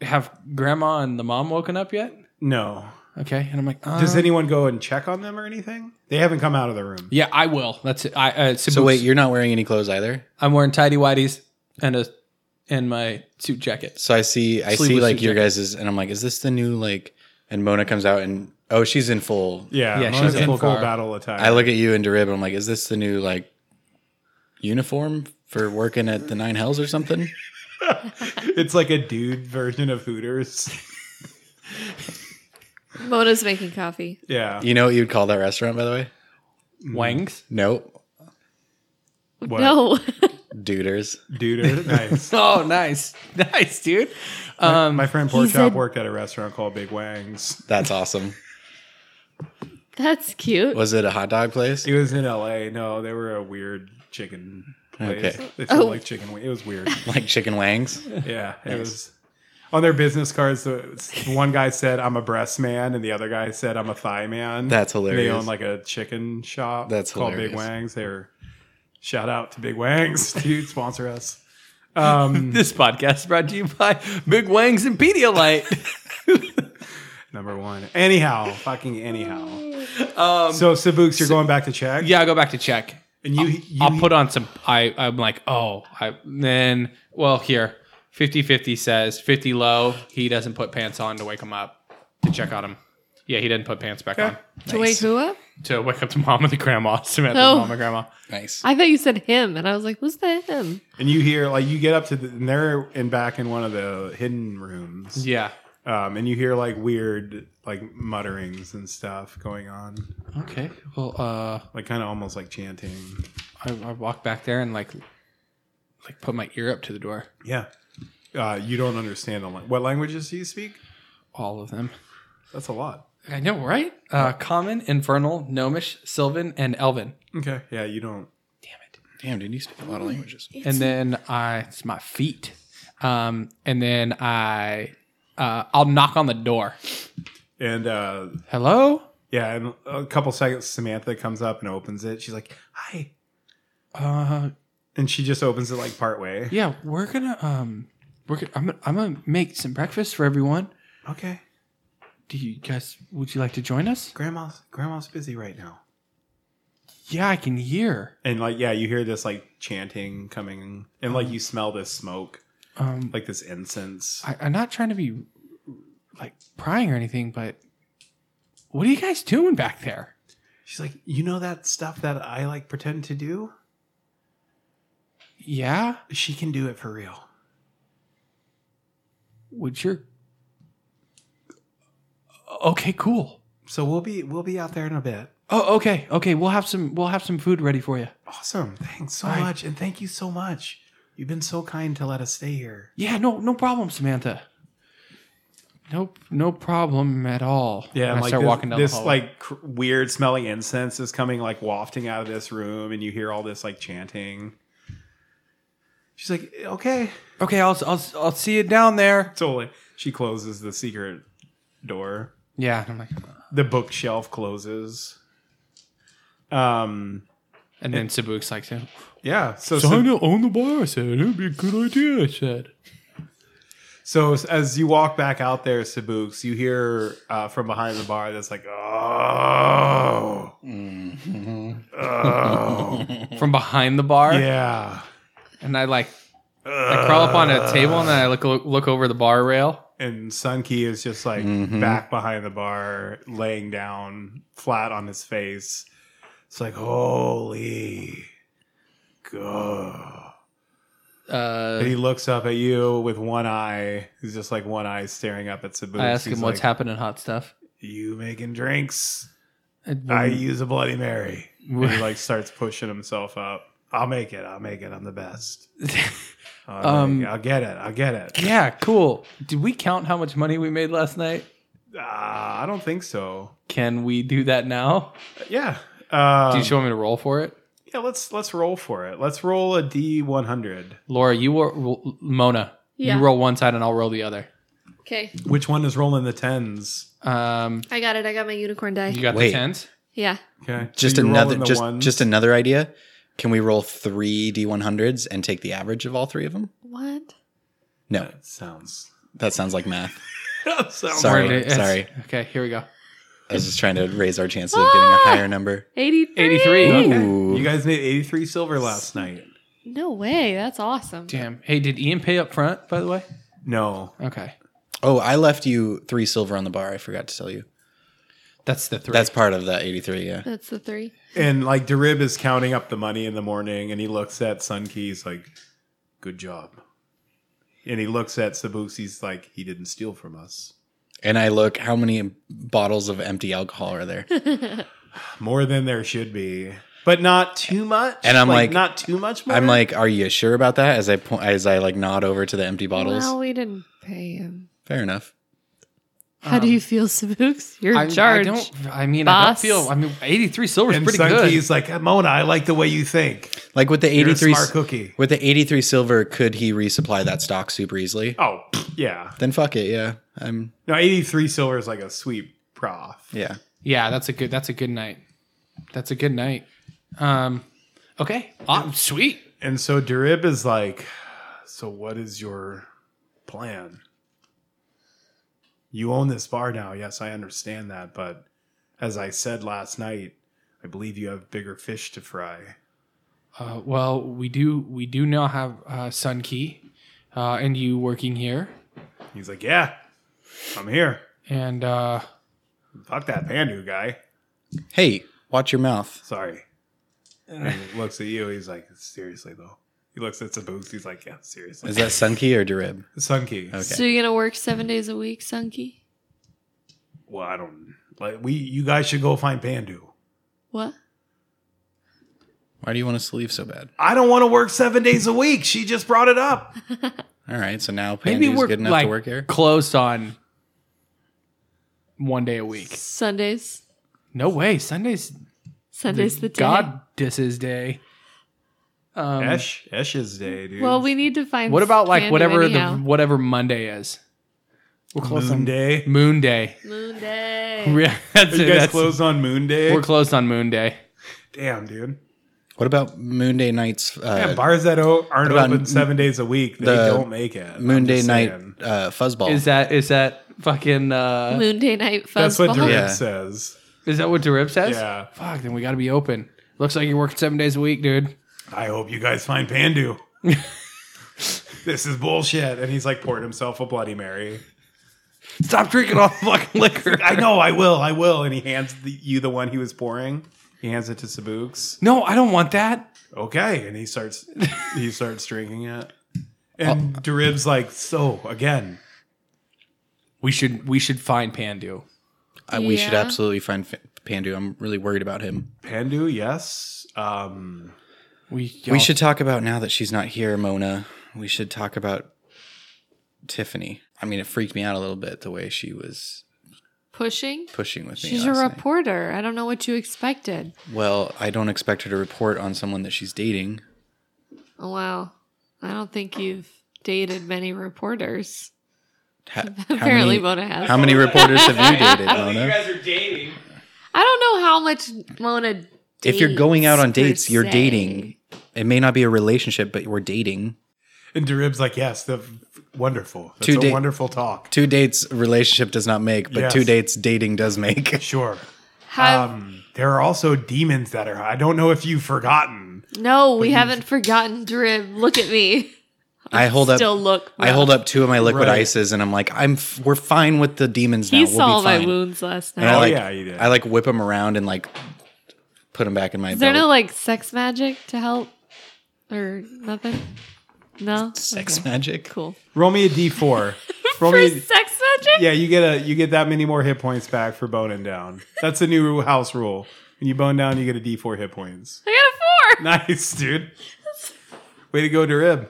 [SPEAKER 2] have grandma and the mom woken up yet?
[SPEAKER 5] No.
[SPEAKER 2] Okay. And I'm like, uh,
[SPEAKER 5] Does anyone go and check on them or anything? They haven't come out of the room.
[SPEAKER 2] Yeah, I will. That's it. I uh,
[SPEAKER 1] So wait, you're not wearing any clothes either.
[SPEAKER 2] I'm wearing tidy whities and a and my suit jacket.
[SPEAKER 1] So I see, I see
[SPEAKER 2] Sleeveless
[SPEAKER 1] like
[SPEAKER 2] suit
[SPEAKER 1] your
[SPEAKER 2] jacket.
[SPEAKER 1] guys's, and I'm like, is this the new like? And Mona comes out and oh, she's in full.
[SPEAKER 5] Yeah.
[SPEAKER 2] Yeah,
[SPEAKER 5] Mona's
[SPEAKER 2] she's in
[SPEAKER 5] in full
[SPEAKER 2] far.
[SPEAKER 5] battle attire.
[SPEAKER 1] I look at you and Darib, and I'm like, is this the new like uniform for working at the Nine Hells or something?
[SPEAKER 5] It's like a dude version of Hooters.
[SPEAKER 3] Mona's making coffee.
[SPEAKER 5] Yeah.
[SPEAKER 1] You know what you'd call that restaurant, by the way? Mm.
[SPEAKER 2] Wangs.
[SPEAKER 1] Nope,
[SPEAKER 5] What?
[SPEAKER 3] No,
[SPEAKER 1] Duders.
[SPEAKER 5] Duder. Nice.
[SPEAKER 2] Oh, nice, nice, dude. Um,
[SPEAKER 5] My friend Porkchop
[SPEAKER 3] said-
[SPEAKER 5] worked at a restaurant called Big Wangs.
[SPEAKER 1] That's awesome.
[SPEAKER 3] that's cute.
[SPEAKER 1] Was it a hot dog place?
[SPEAKER 5] He was in L.A. No, they were a weird chicken place.
[SPEAKER 1] Okay.
[SPEAKER 5] They felt
[SPEAKER 3] Oh.
[SPEAKER 5] like chicken. wing- It was weird.
[SPEAKER 1] Like chicken wangs?
[SPEAKER 5] Yeah, it was on their business cards. The one guy said, "I'm a breast man," and the other guy said, "I'm a thigh man."
[SPEAKER 1] That's hilarious.
[SPEAKER 5] They own like a chicken shop.
[SPEAKER 1] That's
[SPEAKER 5] called Big
[SPEAKER 1] hilarious.
[SPEAKER 5] Wangs. They're shout out to Big Wangs, dude. Sponsor us. Um,
[SPEAKER 2] this podcast is brought to you by Big Wangs and Pedialyte.
[SPEAKER 5] number one. Anyhow, fucking anyhow.
[SPEAKER 2] Um,
[SPEAKER 5] So Sabuks, you're going back to check.
[SPEAKER 2] yeah, I'll go back to check.
[SPEAKER 5] and you, you
[SPEAKER 2] I'll put on some. I I'm like, oh, I then. Well, here, 50-50 says fifty low. He doesn't put pants on to wake him up to check on him. Yeah, he didn't put pants back on
[SPEAKER 3] To wake who up?
[SPEAKER 2] to wake up to mom and the grandma. Samantha's
[SPEAKER 3] Oh.
[SPEAKER 2] mom and grandma.
[SPEAKER 1] Nice.
[SPEAKER 3] I thought you said him, and I was like, "Who's the him?"
[SPEAKER 5] and you hear like you get up to the, and they're in back in one of the hidden rooms.
[SPEAKER 2] Yeah.
[SPEAKER 5] Um, and you hear like weird like mutterings and stuff going on,
[SPEAKER 2] Okay. Well, uh,
[SPEAKER 5] like kind of almost like chanting.
[SPEAKER 2] I, I walk back there and like, like put my ear up to the door.
[SPEAKER 5] Yeah. Uh, you don't understand a lang- what languages do you speak?
[SPEAKER 2] All of them.
[SPEAKER 5] That's a lot.
[SPEAKER 2] I know, right? Uh, common, infernal, gnomish, sylvan, and elven.
[SPEAKER 5] Okay. Yeah, you don't.
[SPEAKER 2] Damn it.
[SPEAKER 1] Damn, dude, you speak a lot of languages.
[SPEAKER 2] and then I it's my feet. Um, and then I uh, I'll knock on the door.
[SPEAKER 5] And uh,
[SPEAKER 2] Hello?
[SPEAKER 5] yeah, in a couple seconds, Samantha comes up and opens it. She's like, "Hi,"
[SPEAKER 2] Uh,
[SPEAKER 5] and she just opens it like part way.
[SPEAKER 2] yeah, we're gonna um, we're gonna, I'm gonna, I'm gonna make some breakfast for everyone.
[SPEAKER 5] Okay,
[SPEAKER 2] Do you guys? Would you like to join us?
[SPEAKER 5] grandma's grandma's busy right now.
[SPEAKER 2] Yeah, I can hear.
[SPEAKER 5] And like, yeah, you hear this like chanting coming, and like you smell this smoke,
[SPEAKER 2] Um,
[SPEAKER 5] like this incense.
[SPEAKER 2] I, I'm not trying to be like prying or anything, but what are you guys doing back there?
[SPEAKER 5] She's like, you know that stuff that I like pretend to do?
[SPEAKER 2] Yeah.
[SPEAKER 5] She can do it for real.
[SPEAKER 2] Would your Okay, cool.
[SPEAKER 5] So we'll be we'll be out there in a bit.
[SPEAKER 2] Oh, okay. Okay, we'll have some we'll have some food ready for you.
[SPEAKER 5] Awesome. Thanks so
[SPEAKER 2] All right.
[SPEAKER 5] much. And thank you so much. You've been so kind to let us stay here.
[SPEAKER 2] Yeah, no no problem, Samantha. Nope, no problem at all.
[SPEAKER 5] Yeah,
[SPEAKER 2] And I
[SPEAKER 5] like
[SPEAKER 2] start
[SPEAKER 5] this,
[SPEAKER 2] walking down
[SPEAKER 5] this
[SPEAKER 2] the hallway.
[SPEAKER 5] like cr- weird smelling incense is coming like wafting out of this room, and you hear all this like chanting. She's like, "Okay,
[SPEAKER 2] okay, I'll, I'll I'll see you down there.
[SPEAKER 5] totally." She closes the secret door.
[SPEAKER 2] Yeah, and I'm like,
[SPEAKER 5] The bookshelf closes. Um.
[SPEAKER 2] and then Sabuk's like, so
[SPEAKER 5] Yeah. So
[SPEAKER 2] Sign
[SPEAKER 5] so,
[SPEAKER 2] it on the bar. I said it'd be a good idea. I said,
[SPEAKER 5] so as you walk back out there, Sabuks, you hear uh, from behind the bar that's like, "Oh, oh,
[SPEAKER 2] from behind the bar.
[SPEAKER 5] yeah."
[SPEAKER 2] And I like, I crawl up on a table and then I look look over the bar rail.
[SPEAKER 5] and Sunkey is just like
[SPEAKER 2] Mm-hmm.
[SPEAKER 1] Mhm.
[SPEAKER 5] back behind the bar, laying down flat on his face. It's like holy god. And
[SPEAKER 2] Uh,
[SPEAKER 5] he looks up at you with one eye. He's just like one eye staring up at Sabu.
[SPEAKER 2] I ask
[SPEAKER 5] He's
[SPEAKER 2] him what's
[SPEAKER 5] like,
[SPEAKER 2] happening, hot stuff.
[SPEAKER 5] You making drinks?
[SPEAKER 2] And
[SPEAKER 5] I use a Bloody Mary. And he like starts pushing himself up. I'll make it. I'll make it. I'm the best. I'll,
[SPEAKER 2] Um,
[SPEAKER 5] make it. I'll get it. I'll get it.
[SPEAKER 2] yeah, cool. Did we count how much money we made last night?
[SPEAKER 5] Uh, I don't think so.
[SPEAKER 2] Can we do that now?
[SPEAKER 5] Yeah. Um,
[SPEAKER 2] do you want me to roll for it?
[SPEAKER 5] Yeah, let's let's roll for it. Let's roll a D one hundred.
[SPEAKER 2] Laura, you roll, Mona,
[SPEAKER 3] Yeah.
[SPEAKER 2] you roll one side and I'll roll the other.
[SPEAKER 3] Okay.
[SPEAKER 5] Which one is rolling the tens?
[SPEAKER 2] Um,
[SPEAKER 3] I got it. I got my unicorn die.
[SPEAKER 2] you got
[SPEAKER 1] Wait.
[SPEAKER 2] the tens.
[SPEAKER 3] yeah.
[SPEAKER 5] Okay,
[SPEAKER 1] Just
[SPEAKER 5] So you're
[SPEAKER 1] another
[SPEAKER 5] rolling the
[SPEAKER 1] just
[SPEAKER 5] ones.
[SPEAKER 1] just another idea. Can we roll three D100s and take the average of all three of them?
[SPEAKER 3] What?
[SPEAKER 1] No,
[SPEAKER 5] That sounds.
[SPEAKER 1] that sounds like math.
[SPEAKER 5] that sounds
[SPEAKER 1] Sorry,
[SPEAKER 2] Where it is.
[SPEAKER 1] sorry.
[SPEAKER 2] Okay, here we go.
[SPEAKER 1] I was just trying to raise our chances of getting a higher number.
[SPEAKER 3] 83.
[SPEAKER 2] 83.
[SPEAKER 5] Okay.
[SPEAKER 1] Ooh.
[SPEAKER 5] You guys made eighty three silver last night.
[SPEAKER 3] No way. That's awesome.
[SPEAKER 2] Damn. Hey, did Ian pay up front? By the way.
[SPEAKER 5] No,
[SPEAKER 2] Okay,
[SPEAKER 1] Oh, I left you three silver on the bar. I forgot to tell you.
[SPEAKER 2] that's the three.
[SPEAKER 1] That's part of that 83, yeah.
[SPEAKER 3] That's the three.
[SPEAKER 5] and like Darib is counting up the money in the morning, and he looks at Sunkey. He's like, "Good job." And he looks at Sabuks. He's like, "He didn't steal from us."
[SPEAKER 1] And I look, how many bottles of empty alcohol are there?
[SPEAKER 5] More than there should be, but not too much.
[SPEAKER 1] And I'm like-
[SPEAKER 5] not too much. More.
[SPEAKER 1] I'm like, are you sure about that? As I point, as I like nod over to the empty bottles.
[SPEAKER 3] Well, we didn't pay him.
[SPEAKER 1] Fair enough.
[SPEAKER 3] How do
[SPEAKER 2] Um,
[SPEAKER 3] you feel, Sabooks? You're
[SPEAKER 2] I,
[SPEAKER 3] in charge.
[SPEAKER 2] I don't. I mean,
[SPEAKER 3] boss.
[SPEAKER 2] I don't feel. I mean, eighty-three silver is
[SPEAKER 5] and
[SPEAKER 2] pretty good.
[SPEAKER 5] Sunkey's like, "Mona, I like the way you think."
[SPEAKER 1] Like with the
[SPEAKER 5] You're a
[SPEAKER 1] 83,
[SPEAKER 5] smart cookie.
[SPEAKER 1] with the 83 silver, could he resupply that stock super easily?
[SPEAKER 5] Oh pfft, yeah,
[SPEAKER 1] Then fuck it, yeah. I'm
[SPEAKER 5] no, eighty three silver is like a sweet prof.
[SPEAKER 1] yeah.
[SPEAKER 2] Yeah, that's a good. That's a good night. That's a good night. Um, okay, Aw, sweet.
[SPEAKER 5] And so Darib is like, so what is your plan? You own this bar now. Yes, I understand that, but as I said last night, I believe you have bigger fish to fry.
[SPEAKER 2] Uh, well, we do. We do now have uh, Sun Key, uh, and you working here,
[SPEAKER 5] He's like, yeah, I'm here.
[SPEAKER 2] and uh,
[SPEAKER 5] Fuck that Pandu guy.
[SPEAKER 1] Hey, watch your mouth.
[SPEAKER 5] Sorry. And he looks at you. He's like, seriously though. He looks at Saboose. He's like, yeah, seriously.
[SPEAKER 1] Is that Sunkey or Darib?
[SPEAKER 5] Sunkey.
[SPEAKER 1] Okay.
[SPEAKER 3] So you're gonna work seven days a week, Sunky?
[SPEAKER 5] Well, I don't like we. You guys should go find Pandu.
[SPEAKER 3] What?
[SPEAKER 1] Why do you want us to leave so bad?
[SPEAKER 5] I don't want to work seven days a week. She just brought it up.
[SPEAKER 1] All right, so now
[SPEAKER 2] maybe
[SPEAKER 1] Pandu's
[SPEAKER 2] we're
[SPEAKER 1] good enough
[SPEAKER 2] like
[SPEAKER 1] to work here.
[SPEAKER 2] closed on one day a week.
[SPEAKER 3] Sundays.
[SPEAKER 2] No way. Sunday's
[SPEAKER 3] Sundays the day.
[SPEAKER 2] God disses day. Um,
[SPEAKER 5] Esh, Esh's day, dude.
[SPEAKER 3] Well, we need to find.
[SPEAKER 2] What about like
[SPEAKER 3] Candy
[SPEAKER 2] whatever
[SPEAKER 3] anyhow.
[SPEAKER 2] the whatever Monday is? We're closed
[SPEAKER 5] Moon
[SPEAKER 2] on
[SPEAKER 5] Day.
[SPEAKER 2] Moon Day.
[SPEAKER 3] Moon Day?
[SPEAKER 2] We- that's
[SPEAKER 5] Are
[SPEAKER 2] it,
[SPEAKER 5] you guys
[SPEAKER 2] that's-
[SPEAKER 5] closed on Moon Day?
[SPEAKER 2] We're closed on Moon Day.
[SPEAKER 5] Damn, dude.
[SPEAKER 1] What about Moonday night's
[SPEAKER 5] Yeah,
[SPEAKER 1] uh,
[SPEAKER 5] bars that o- aren't
[SPEAKER 1] about
[SPEAKER 5] open
[SPEAKER 1] n-
[SPEAKER 5] seven days a week, they
[SPEAKER 1] the
[SPEAKER 5] don't make it. I'm
[SPEAKER 1] Moon Day
[SPEAKER 5] just
[SPEAKER 1] night
[SPEAKER 5] saying.
[SPEAKER 1] uh, fuzzball.
[SPEAKER 2] Is that is that fucking uh
[SPEAKER 3] Moon Day night fuzzball.
[SPEAKER 5] That's what Darib
[SPEAKER 1] Yeah.
[SPEAKER 5] says.
[SPEAKER 2] is that what Darib says?
[SPEAKER 5] Yeah.
[SPEAKER 2] Fuck, then we gotta be open. Looks like you're working seven days a week, dude.
[SPEAKER 5] I hope you guys find Pandu. this is bullshit. And he's like pouring himself a Bloody Mary. Stop drinking all the fucking
[SPEAKER 2] liquor.
[SPEAKER 5] I know, I will, I will. And he hands the, you the one he was pouring. He hands it to Sabuks.
[SPEAKER 2] No, I don't want that.
[SPEAKER 5] Okay, and he starts he starts drinking it. And Darib's like, so again,
[SPEAKER 2] We should we should find Pandu.
[SPEAKER 1] I, we should
[SPEAKER 3] Yeah.
[SPEAKER 1] absolutely find F- Pandu. I'm really worried about him.
[SPEAKER 5] Pandu, yes. Um,
[SPEAKER 2] We
[SPEAKER 1] We should talk about now that she's not here, Mona. We should talk about Tiffany. I mean, it freaked me out a little bit the way she was
[SPEAKER 3] Pushing?
[SPEAKER 1] pushing with me.
[SPEAKER 3] She's a
[SPEAKER 1] last night.
[SPEAKER 3] reporter. I don't know what you expected.
[SPEAKER 1] Well, I don't expect her to report on someone that she's dating.
[SPEAKER 3] Oh, wow. I don't think you've dated many reporters.
[SPEAKER 1] Ha-
[SPEAKER 3] Apparently,
[SPEAKER 1] how many,
[SPEAKER 3] Mona has.
[SPEAKER 1] how many reporters have you dated,
[SPEAKER 4] I think you
[SPEAKER 1] Mona?
[SPEAKER 4] guys are dating.
[SPEAKER 3] I don't know how much Mona.
[SPEAKER 1] If you're going out on
[SPEAKER 3] dates,
[SPEAKER 1] dates,
[SPEAKER 3] per
[SPEAKER 1] you're
[SPEAKER 3] se.
[SPEAKER 1] dating. It may not be a relationship, but we're dating.
[SPEAKER 5] and Darib's like, yes, the wonderful. That's
[SPEAKER 1] Two
[SPEAKER 5] a
[SPEAKER 1] da-
[SPEAKER 5] wonderful talk.
[SPEAKER 1] Two dates relationship does not make, but
[SPEAKER 5] Yes.
[SPEAKER 1] two dates dating does make.
[SPEAKER 5] Sure.
[SPEAKER 3] Have,
[SPEAKER 5] Um, there are also demons that are. I don't know if you've forgotten.
[SPEAKER 3] no, we haven't forgotten Drib. Look at me.
[SPEAKER 1] I hold up
[SPEAKER 3] Still look.
[SPEAKER 1] I hold up two of my liquid
[SPEAKER 5] Right.
[SPEAKER 1] ices and I'm like, I'm f- we're fine with the demons now.
[SPEAKER 3] He
[SPEAKER 1] we'll
[SPEAKER 3] saw
[SPEAKER 1] be
[SPEAKER 3] my
[SPEAKER 1] fine.
[SPEAKER 3] wounds last
[SPEAKER 1] And I
[SPEAKER 5] Oh,
[SPEAKER 3] night.
[SPEAKER 1] like,
[SPEAKER 5] yeah, you did.
[SPEAKER 1] I like whip them around and like put them back in my
[SPEAKER 3] Is there
[SPEAKER 1] belt.
[SPEAKER 3] no like sex magic to help or nothing? No.
[SPEAKER 1] Sex
[SPEAKER 3] Okay.
[SPEAKER 1] magic.
[SPEAKER 3] Cool.
[SPEAKER 5] Roll me a D four. Roll
[SPEAKER 3] For
[SPEAKER 5] me. A,
[SPEAKER 3] sex magic?
[SPEAKER 5] yeah, you get a you get that many more hit points back for boning down. That's a new house rule. When you bone down, you get a D four hit points.
[SPEAKER 3] I got a four.
[SPEAKER 5] Nice, dude. Way to go, Darib.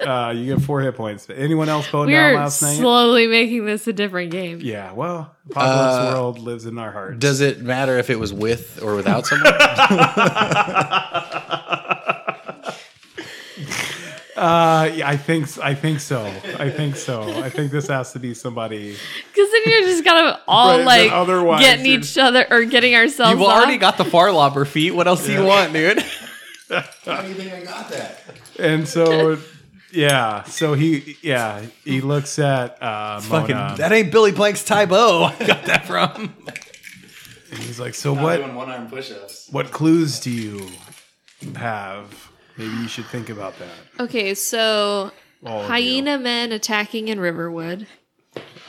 [SPEAKER 5] Uh, you get four hit points. Anyone else bone down
[SPEAKER 3] We're
[SPEAKER 5] last night?
[SPEAKER 3] slowly making this a different game.
[SPEAKER 5] yeah. Well, Apocalypse
[SPEAKER 1] Uh,
[SPEAKER 5] World lives in our hearts.
[SPEAKER 1] Does it matter if it was with or without someone?
[SPEAKER 5] Uh, yeah, I think s- I think so. I think so. I think this has to be somebody.
[SPEAKER 3] Because then you're just kind of all
[SPEAKER 5] Right, but
[SPEAKER 3] like
[SPEAKER 5] otherwise
[SPEAKER 3] getting
[SPEAKER 5] you're-
[SPEAKER 3] each other or getting ourselves.
[SPEAKER 2] You've already
[SPEAKER 3] off.
[SPEAKER 2] got the farlobber feet. What else do you want, dude?
[SPEAKER 5] And so, yeah. So he, yeah, he looks at uh,
[SPEAKER 2] Fucking,
[SPEAKER 5] Mona.
[SPEAKER 2] that ain't Billy Blank's Tybo. I got that from.
[SPEAKER 5] and he's like, so what?
[SPEAKER 1] one arm push-ups.
[SPEAKER 5] What clues do you have? Maybe you should think about that.
[SPEAKER 3] Okay, so
[SPEAKER 5] All of
[SPEAKER 3] hyena
[SPEAKER 5] you.
[SPEAKER 3] men attacking in Riverwood.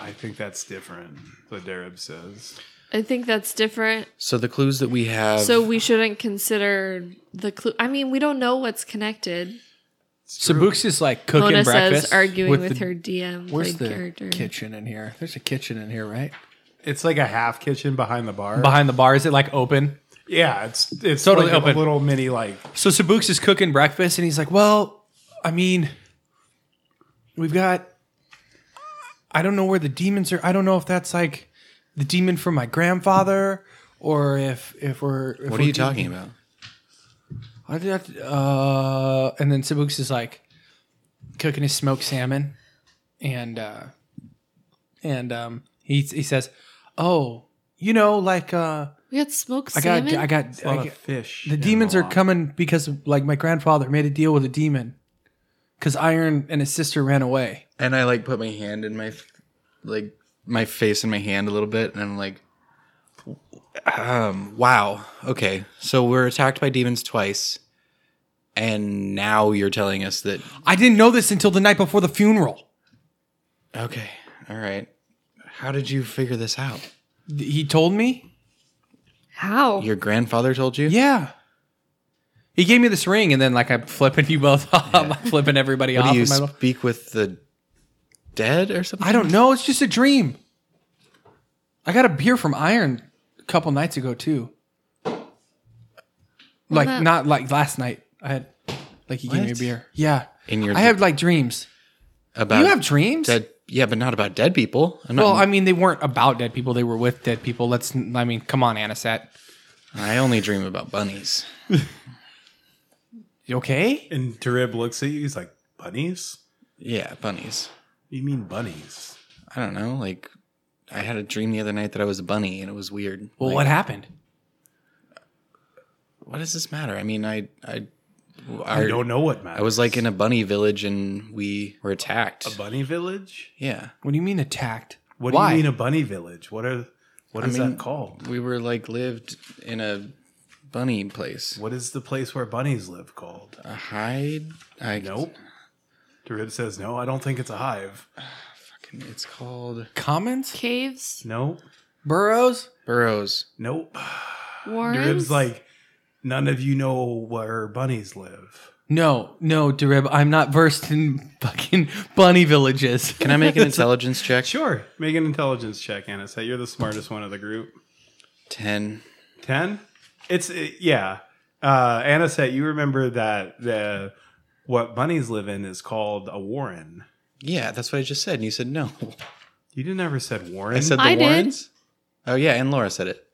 [SPEAKER 5] I think that's different. What Darib says.
[SPEAKER 3] I think that's different.
[SPEAKER 1] So the clues that we have.
[SPEAKER 3] So we shouldn't consider the clue. I mean, we don't know what's connected.
[SPEAKER 2] Sabuks is like cooking
[SPEAKER 3] Mona
[SPEAKER 2] breakfast.
[SPEAKER 3] says arguing with,
[SPEAKER 2] with the-
[SPEAKER 3] her DM
[SPEAKER 2] Where's
[SPEAKER 3] played
[SPEAKER 2] the
[SPEAKER 3] character.
[SPEAKER 2] kitchen in here? There's a kitchen in here, right?
[SPEAKER 5] It's like a half kitchen behind the bar.
[SPEAKER 2] Behind the bar, is it like open?
[SPEAKER 5] yeah, it's it's
[SPEAKER 2] Totally
[SPEAKER 5] like a
[SPEAKER 2] open.
[SPEAKER 5] little mini like
[SPEAKER 2] So Sabuks is cooking breakfast, and he's like, "Well, I mean, we've got. I don't know where the demons are. I don't know if that's like the demon from my grandfather, or if if we're. If
[SPEAKER 1] what
[SPEAKER 2] we're
[SPEAKER 1] are you
[SPEAKER 2] doing-
[SPEAKER 1] talking about?
[SPEAKER 2] I did have to- uh, and then Sabuks is like cooking his smoked salmon, and uh, and um, he he says, "Oh, you know, like uh,
[SPEAKER 3] We got smoked
[SPEAKER 2] I got
[SPEAKER 3] salmon.
[SPEAKER 2] I got,
[SPEAKER 5] a lot
[SPEAKER 2] I
[SPEAKER 5] of
[SPEAKER 2] got
[SPEAKER 5] fish.
[SPEAKER 2] the
[SPEAKER 5] in
[SPEAKER 2] demons are
[SPEAKER 5] lot.
[SPEAKER 2] coming because like my grandfather made a deal with a demon because iron and his sister ran away
[SPEAKER 1] And I like put my hand in my, f- like my face in my hand a little bit, and I'm like, um, wow, okay. So we're attacked by demons twice, and now you're telling us that.
[SPEAKER 2] i didn't know this until the night before the funeral
[SPEAKER 1] Okay, all right. How did you figure this out?
[SPEAKER 2] Th- he told me
[SPEAKER 3] How?
[SPEAKER 1] Your grandfather told you?
[SPEAKER 2] yeah he gave me this ring and then like i'm flipping you both off i'm flipping everybody
[SPEAKER 1] What
[SPEAKER 2] off
[SPEAKER 1] do you
[SPEAKER 2] in my life.
[SPEAKER 1] speak with the dead or something?
[SPEAKER 2] i don't know it's just a dream i got a beer from iron a couple nights ago too like
[SPEAKER 3] that-
[SPEAKER 2] not like last night i had like he gave me a
[SPEAKER 1] What?
[SPEAKER 2] beer yeah
[SPEAKER 1] In your
[SPEAKER 2] i have like dreams
[SPEAKER 1] about
[SPEAKER 2] you have dreams
[SPEAKER 1] dead. Yeah, but not about dead people. I'm not,
[SPEAKER 2] Well, I mean, they weren't about dead people; they were with dead people. Let's, I mean, come on, Anisette.
[SPEAKER 1] I only dream about bunnies.
[SPEAKER 2] You okay?
[SPEAKER 5] And Darib looks at you. He's like, bunnies.
[SPEAKER 1] Yeah, bunnies.
[SPEAKER 5] What do you mean bunnies?
[SPEAKER 1] I don't know. Like, I had a dream the other night that I was a bunny, and it was weird.
[SPEAKER 2] Well,
[SPEAKER 1] Like,
[SPEAKER 2] what happened?
[SPEAKER 1] What does this matter? I mean, I, I,
[SPEAKER 5] I don't know what matters.
[SPEAKER 1] I was like in a bunny village, and we were attacked.
[SPEAKER 5] a bunny village.
[SPEAKER 1] yeah,
[SPEAKER 2] What do you mean attacked?
[SPEAKER 5] What
[SPEAKER 2] Why?
[SPEAKER 5] do you mean a bunny village? What are what
[SPEAKER 1] I
[SPEAKER 5] is
[SPEAKER 1] mean-
[SPEAKER 5] that called?
[SPEAKER 1] we were like lived in a bunny place.
[SPEAKER 5] What is the place where bunnies live called?
[SPEAKER 1] A hide? I
[SPEAKER 5] Nope. Darib says no. I don't think it's a hive.
[SPEAKER 1] Commu- It's called
[SPEAKER 2] Comments?
[SPEAKER 3] Caves,
[SPEAKER 5] Nope.
[SPEAKER 2] Burrows?
[SPEAKER 1] Burrows.
[SPEAKER 5] Nope.
[SPEAKER 3] warrens.
[SPEAKER 5] Derib's like, none of you know where bunnies live.
[SPEAKER 2] No, no, Derib, I'm not versed in fucking bunny villages.
[SPEAKER 1] Can I make an intelligence check?
[SPEAKER 5] Sure. Make an intelligence check, Anissa. You're the smartest one of the group.
[SPEAKER 1] Ten.
[SPEAKER 5] 10 it's it, yeah uh anna said you remember that the what bunnies live in is called a warren
[SPEAKER 1] Yeah, that's what I just said, and you said no.
[SPEAKER 5] you didn't ever said warren
[SPEAKER 1] I said the
[SPEAKER 3] I did.
[SPEAKER 1] Warrens. Oh yeah, and Laura said it.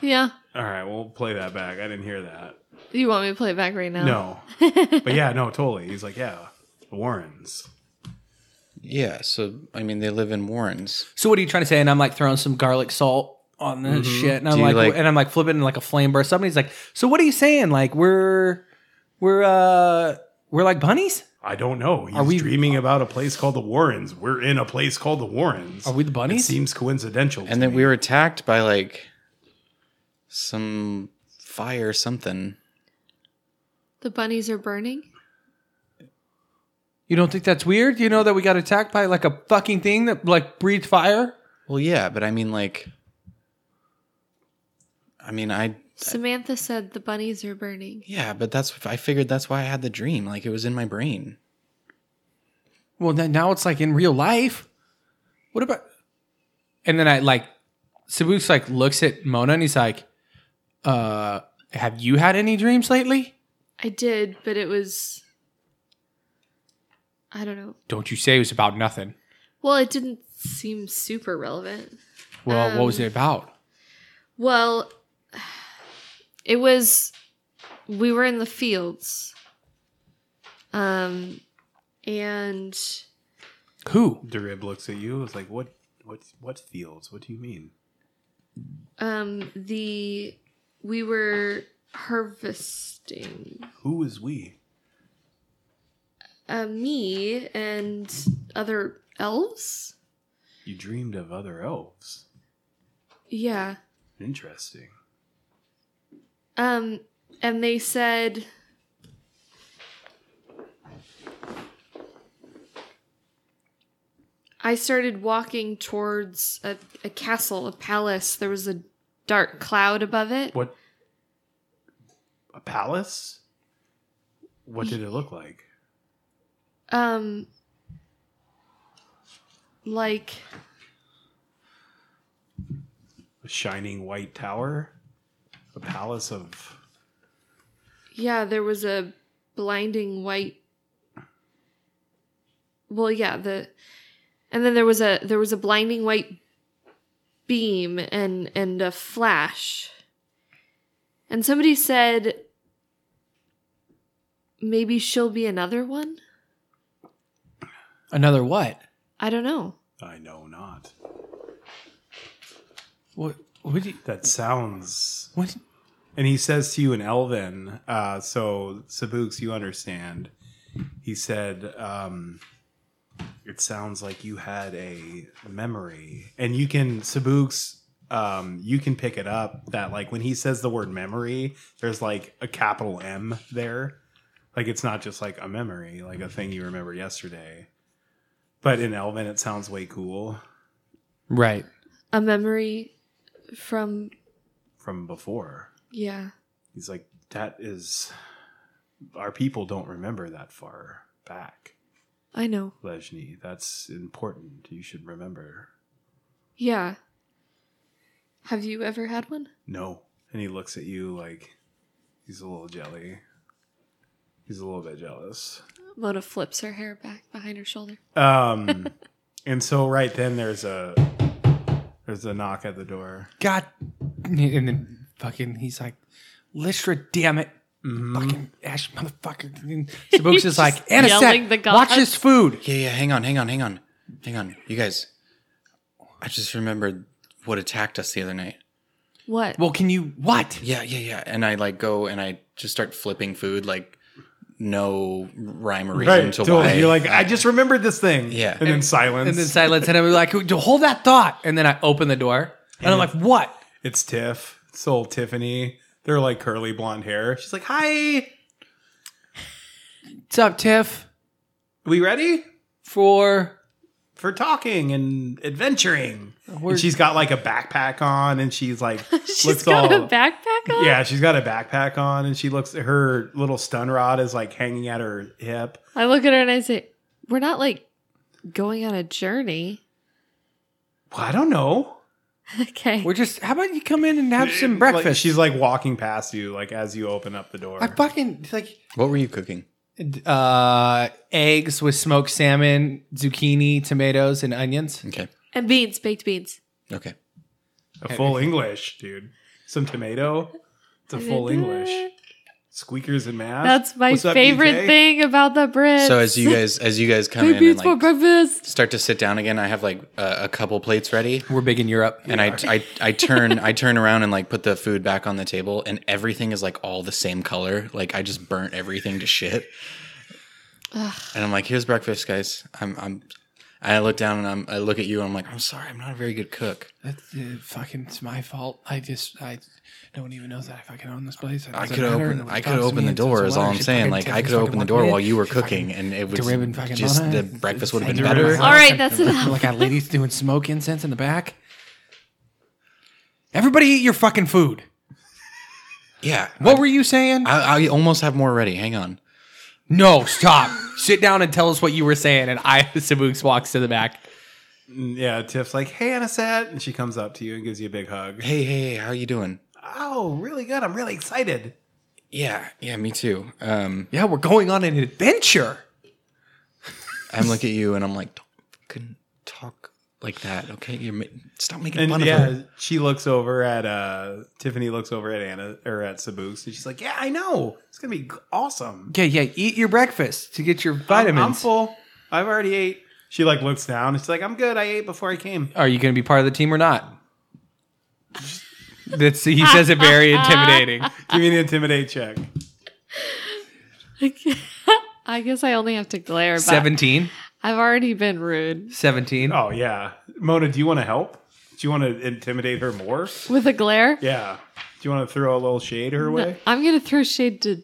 [SPEAKER 3] yeah.
[SPEAKER 5] all right we'll play that back i didn't hear that
[SPEAKER 3] You want me to play it back right now?
[SPEAKER 5] no but yeah no totally he's like yeah the warrens
[SPEAKER 1] Yeah, so I mean they live in Warrens.
[SPEAKER 2] So what are you trying to say? And I'm like throwing some garlic salt on this shit, and I'm
[SPEAKER 1] Do you
[SPEAKER 2] Mm-hmm. like,
[SPEAKER 1] like-
[SPEAKER 2] and I'm like flipping in like a flame burst. Somebody's like, so what are you saying? Like we're we're uh we're like bunnies?
[SPEAKER 5] i don't know he's
[SPEAKER 2] Are we-
[SPEAKER 5] dreaming about a place called the warrens we're in a place called the warrens
[SPEAKER 2] Are we the
[SPEAKER 5] it
[SPEAKER 2] bunnies?
[SPEAKER 5] seems coincidental to
[SPEAKER 1] And then
[SPEAKER 5] me.
[SPEAKER 1] we were attacked by like some fire something.
[SPEAKER 3] The bunnies are burning.
[SPEAKER 2] you don't think that's weird? You know that we got attacked by like a fucking thing that like breathed fire?
[SPEAKER 1] Well, yeah, but I mean like I mean I
[SPEAKER 3] Samantha said the bunnies are burning.
[SPEAKER 1] yeah, but that's I figured that's why I had the dream. Like it was in my brain.
[SPEAKER 2] Well, then now it's like in real life. What about? And then I like, Sabu's like looks at Mona and he's like, uh, "Have you had any dreams lately?
[SPEAKER 3] I did, but it was. I don't know.
[SPEAKER 2] Don't you say it was about nothing."
[SPEAKER 3] Well, it didn't seem super relevant.
[SPEAKER 2] Well, what was
[SPEAKER 3] Um,
[SPEAKER 2] it about?
[SPEAKER 3] Well, it was we were in the fields. Um and
[SPEAKER 2] Who?
[SPEAKER 5] derib looks at you is like what what what fields what do you mean
[SPEAKER 3] um the we were harvesting
[SPEAKER 5] who is we
[SPEAKER 3] uh, me and other elves?
[SPEAKER 5] you dreamed of other elves
[SPEAKER 3] Yeah.
[SPEAKER 5] interesting
[SPEAKER 3] Um, and they said, I started walking towards a, a castle, a palace. There was a dark cloud above it.
[SPEAKER 5] What? A palace? What did it look like?
[SPEAKER 3] Um, like,
[SPEAKER 5] A shining white tower? A palace of.
[SPEAKER 3] yeah, there was a blinding white. Well, yeah, the, and then there was a there was a blinding white beam and and a flash. And somebody said maybe she'll be another one?
[SPEAKER 2] Another what?
[SPEAKER 3] I don't know.
[SPEAKER 5] I know not.
[SPEAKER 2] What? What? do you-
[SPEAKER 5] That sounds.
[SPEAKER 2] what?
[SPEAKER 5] And he says to you in Elven, uh, so Sabuks, you understand. He said, um, it sounds like you had a memory. And you can, Sabuks, um, you can pick it up that, like, when he says the word memory, there's like a capital M there. Like, it's not just like a memory, like a thing you remember yesterday. But in Elven, it sounds way cool
[SPEAKER 2] Right.
[SPEAKER 3] A memory from
[SPEAKER 5] from before.
[SPEAKER 3] yeah.
[SPEAKER 5] He's like, that is. Our people don't remember that far back,
[SPEAKER 3] I know.
[SPEAKER 5] Lejny. That's important. You should remember.
[SPEAKER 3] Yeah. Have you ever had one?
[SPEAKER 5] No. And he looks at you like he's a little jelly. He's a little bit jealous.
[SPEAKER 3] Mona flips her hair back behind her shoulder.
[SPEAKER 5] Um, and so right then there's a there's a knock at the door.
[SPEAKER 2] God. And then fucking, he's like, Lystra, damn it. Fucking Ash, motherfucker. And Sabuks is
[SPEAKER 3] Just
[SPEAKER 2] like,
[SPEAKER 3] yelling the
[SPEAKER 2] Anisette,
[SPEAKER 3] gods.
[SPEAKER 2] watch this food.
[SPEAKER 1] Yeah, yeah, hang on, hang on, hang on. Hang on. You guys, I just remembered what attacked us the other night.
[SPEAKER 3] What?
[SPEAKER 2] Well, can you, what?
[SPEAKER 1] Yeah, yeah, yeah. And I like go and I just start flipping food like no rhyme or reason to
[SPEAKER 5] so
[SPEAKER 1] why.
[SPEAKER 5] You're like, I just remembered this thing.
[SPEAKER 1] Yeah.
[SPEAKER 5] And then silence.
[SPEAKER 2] And then silence. And I'm like, hold that thought. And then I open the door. And I'm like, what?
[SPEAKER 5] it's Tiff. It's old Tiffany. They're like curly blonde hair. She's like, Hi.
[SPEAKER 2] What's up, Tiff?
[SPEAKER 5] We ready?
[SPEAKER 2] For
[SPEAKER 5] for talking and adventuring.
[SPEAKER 2] We're-
[SPEAKER 5] And she's got like a backpack on, and she's like,
[SPEAKER 3] She's
[SPEAKER 5] looks
[SPEAKER 3] got
[SPEAKER 5] all
[SPEAKER 3] a backpack on.
[SPEAKER 5] yeah, she's got a backpack on, and she looks her little stun rod is like hanging at her hip.
[SPEAKER 3] I look at her and I say, "We're not like going on a journey."
[SPEAKER 5] Well, I don't know.
[SPEAKER 3] Okay.
[SPEAKER 2] We're just. How about you come in and have some
[SPEAKER 5] Like,
[SPEAKER 2] breakfast?
[SPEAKER 5] she's like walking past you, like as you open up the door.
[SPEAKER 2] I fucking like
[SPEAKER 1] What were you cooking?
[SPEAKER 2] uh, eggs with smoked salmon, zucchini, tomatoes, and onions.
[SPEAKER 1] Okay.
[SPEAKER 3] and beans, baked beans.
[SPEAKER 1] Okay.
[SPEAKER 5] a full English, dude. Some tomato. It's a full English. Squeakers and mash.
[SPEAKER 3] That's my
[SPEAKER 5] What's up,
[SPEAKER 3] favorite
[SPEAKER 5] BJ?
[SPEAKER 3] thing about the bread.
[SPEAKER 1] So as you guys as you guys come
[SPEAKER 3] baked
[SPEAKER 1] in and
[SPEAKER 3] beans for
[SPEAKER 1] like
[SPEAKER 3] breakfast.
[SPEAKER 1] start to sit down again, I have like a, a couple plates ready.
[SPEAKER 2] We're big in Europe.
[SPEAKER 1] And I, I, I turn I turn around and like put the food back on the table and everything is like all the same color. Like I just burnt everything to shit. And I'm like, here's breakfast, guys. I'm I'm and I look down and I'm I look at you and I'm like, I'm sorry, I'm not a very good cook.
[SPEAKER 2] That's uh, fucking. It's my fault. I just. I. No one even knows that I fucking own this place. It
[SPEAKER 1] I
[SPEAKER 2] doesn't
[SPEAKER 1] could
[SPEAKER 2] matter.
[SPEAKER 1] open
[SPEAKER 2] Nobody
[SPEAKER 1] I
[SPEAKER 2] talks
[SPEAKER 1] could
[SPEAKER 2] to
[SPEAKER 1] open
[SPEAKER 2] me.
[SPEAKER 1] the
[SPEAKER 2] It's- it's
[SPEAKER 1] door is all
[SPEAKER 2] whatever.
[SPEAKER 1] I'm
[SPEAKER 2] She
[SPEAKER 1] saying.
[SPEAKER 2] fucking
[SPEAKER 1] Like
[SPEAKER 2] took
[SPEAKER 1] I
[SPEAKER 2] this
[SPEAKER 1] could open
[SPEAKER 2] fucking
[SPEAKER 1] the door
[SPEAKER 2] walk
[SPEAKER 1] while
[SPEAKER 2] in.
[SPEAKER 1] you were
[SPEAKER 2] She fucking
[SPEAKER 1] cooking and it was
[SPEAKER 2] threw it in fucking
[SPEAKER 1] just
[SPEAKER 2] mother.
[SPEAKER 1] the breakfast would have been
[SPEAKER 5] Threw it in my
[SPEAKER 1] better.
[SPEAKER 3] All right, that's
[SPEAKER 2] Like-
[SPEAKER 3] enough.
[SPEAKER 2] Like a lady's doing smoke incense in the back. Everybody eat your fucking food.
[SPEAKER 1] Yeah.
[SPEAKER 2] What were you saying?
[SPEAKER 1] I, I almost have more ready. Hang on.
[SPEAKER 2] no, stop. Sit down and tell us what you were saying. And I, Sabooks, walks to the back.
[SPEAKER 5] yeah, Tiff's like, hey, Anisette. And she comes up to you and gives you a big hug.
[SPEAKER 1] Hey, hey, hey, how you doing?
[SPEAKER 5] Oh, really good. I'm really excited.
[SPEAKER 1] Yeah, yeah, me too. Um,
[SPEAKER 2] Yeah, we're going on an adventure.
[SPEAKER 1] I'm look at you and I'm like, don't fucking talk like that, okay? You're ma- stop making
[SPEAKER 5] And
[SPEAKER 1] fun of
[SPEAKER 5] yeah,
[SPEAKER 1] her.
[SPEAKER 5] she looks over at uh Tiffany looks over at Anna or at Saboose and she's like, Yeah, I know. It's gonna be g- awesome.
[SPEAKER 2] Yeah, yeah. Eat your breakfast to get your
[SPEAKER 5] I'm,
[SPEAKER 2] vitamins.
[SPEAKER 5] I'm full. I've already ate. She like looks down and she's like, I'm good, I ate before I came.
[SPEAKER 2] Are you going to be part of the team or not? That's he says it very intimidating.
[SPEAKER 5] Give me an intimidate check.
[SPEAKER 3] I guess I only have to glare. But
[SPEAKER 2] Seventeen.
[SPEAKER 3] I've already been rude
[SPEAKER 2] Seventeen.
[SPEAKER 5] Oh yeah. Mona, do you wanna help? Do you wanna intimidate her more?
[SPEAKER 3] with a glare.
[SPEAKER 5] Yeah. Do you wanna throw a little shade her way?
[SPEAKER 3] I'm gonna throw shade to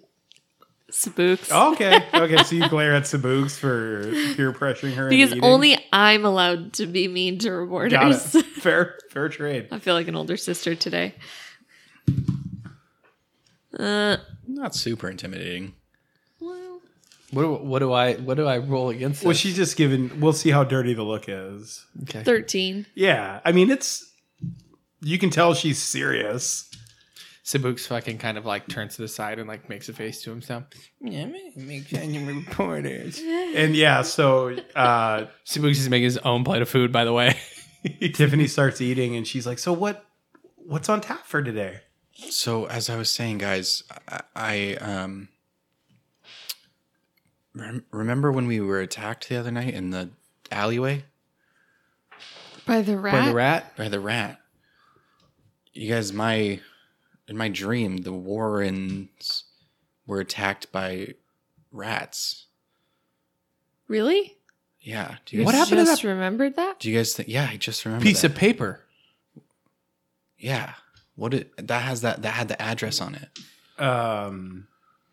[SPEAKER 3] spooks
[SPEAKER 5] Okay. Okay, so you glare at Saboose for peer pressuring her. into
[SPEAKER 3] because
[SPEAKER 5] eating?
[SPEAKER 3] only I'm allowed to be mean to
[SPEAKER 5] Got
[SPEAKER 3] reporters.
[SPEAKER 5] it. Fair fair trade.
[SPEAKER 3] I feel like an older sister today. Uh,
[SPEAKER 1] Not super intimidating.
[SPEAKER 3] well,
[SPEAKER 2] What, do, what do I what do I roll against?
[SPEAKER 5] Well,
[SPEAKER 2] this?
[SPEAKER 5] she's just giving. We'll see how dirty the look is.
[SPEAKER 2] okay.
[SPEAKER 3] thirteen.
[SPEAKER 5] Yeah, I mean it's you can tell she's serious.
[SPEAKER 2] Sabuks fucking kind of like turns to the side and like makes a face to himself. Yeah, I'm gonna make fun of reporters.
[SPEAKER 5] And yeah, so uh
[SPEAKER 2] Sabuks is making his own plate of food, by the way.
[SPEAKER 5] Tiffany starts eating and she's like, "So what what's on tap for today?"
[SPEAKER 1] So as I was saying, guys, I, I um rem- remember when we were attacked the other night in the alleyway
[SPEAKER 3] By the rat.
[SPEAKER 2] By the rat.
[SPEAKER 1] by the rat. You guys, my in my dream, the Warrens were attacked by rats.
[SPEAKER 3] Really?
[SPEAKER 1] Yeah. Do you
[SPEAKER 3] You
[SPEAKER 1] guys,
[SPEAKER 2] What happened to
[SPEAKER 3] Just
[SPEAKER 2] that-
[SPEAKER 3] remembered that.
[SPEAKER 1] Do you guys think? Yeah, I just remember
[SPEAKER 2] Piece
[SPEAKER 1] that.
[SPEAKER 2] of paper.
[SPEAKER 1] Yeah. What it that has that that had the address on it.
[SPEAKER 5] Um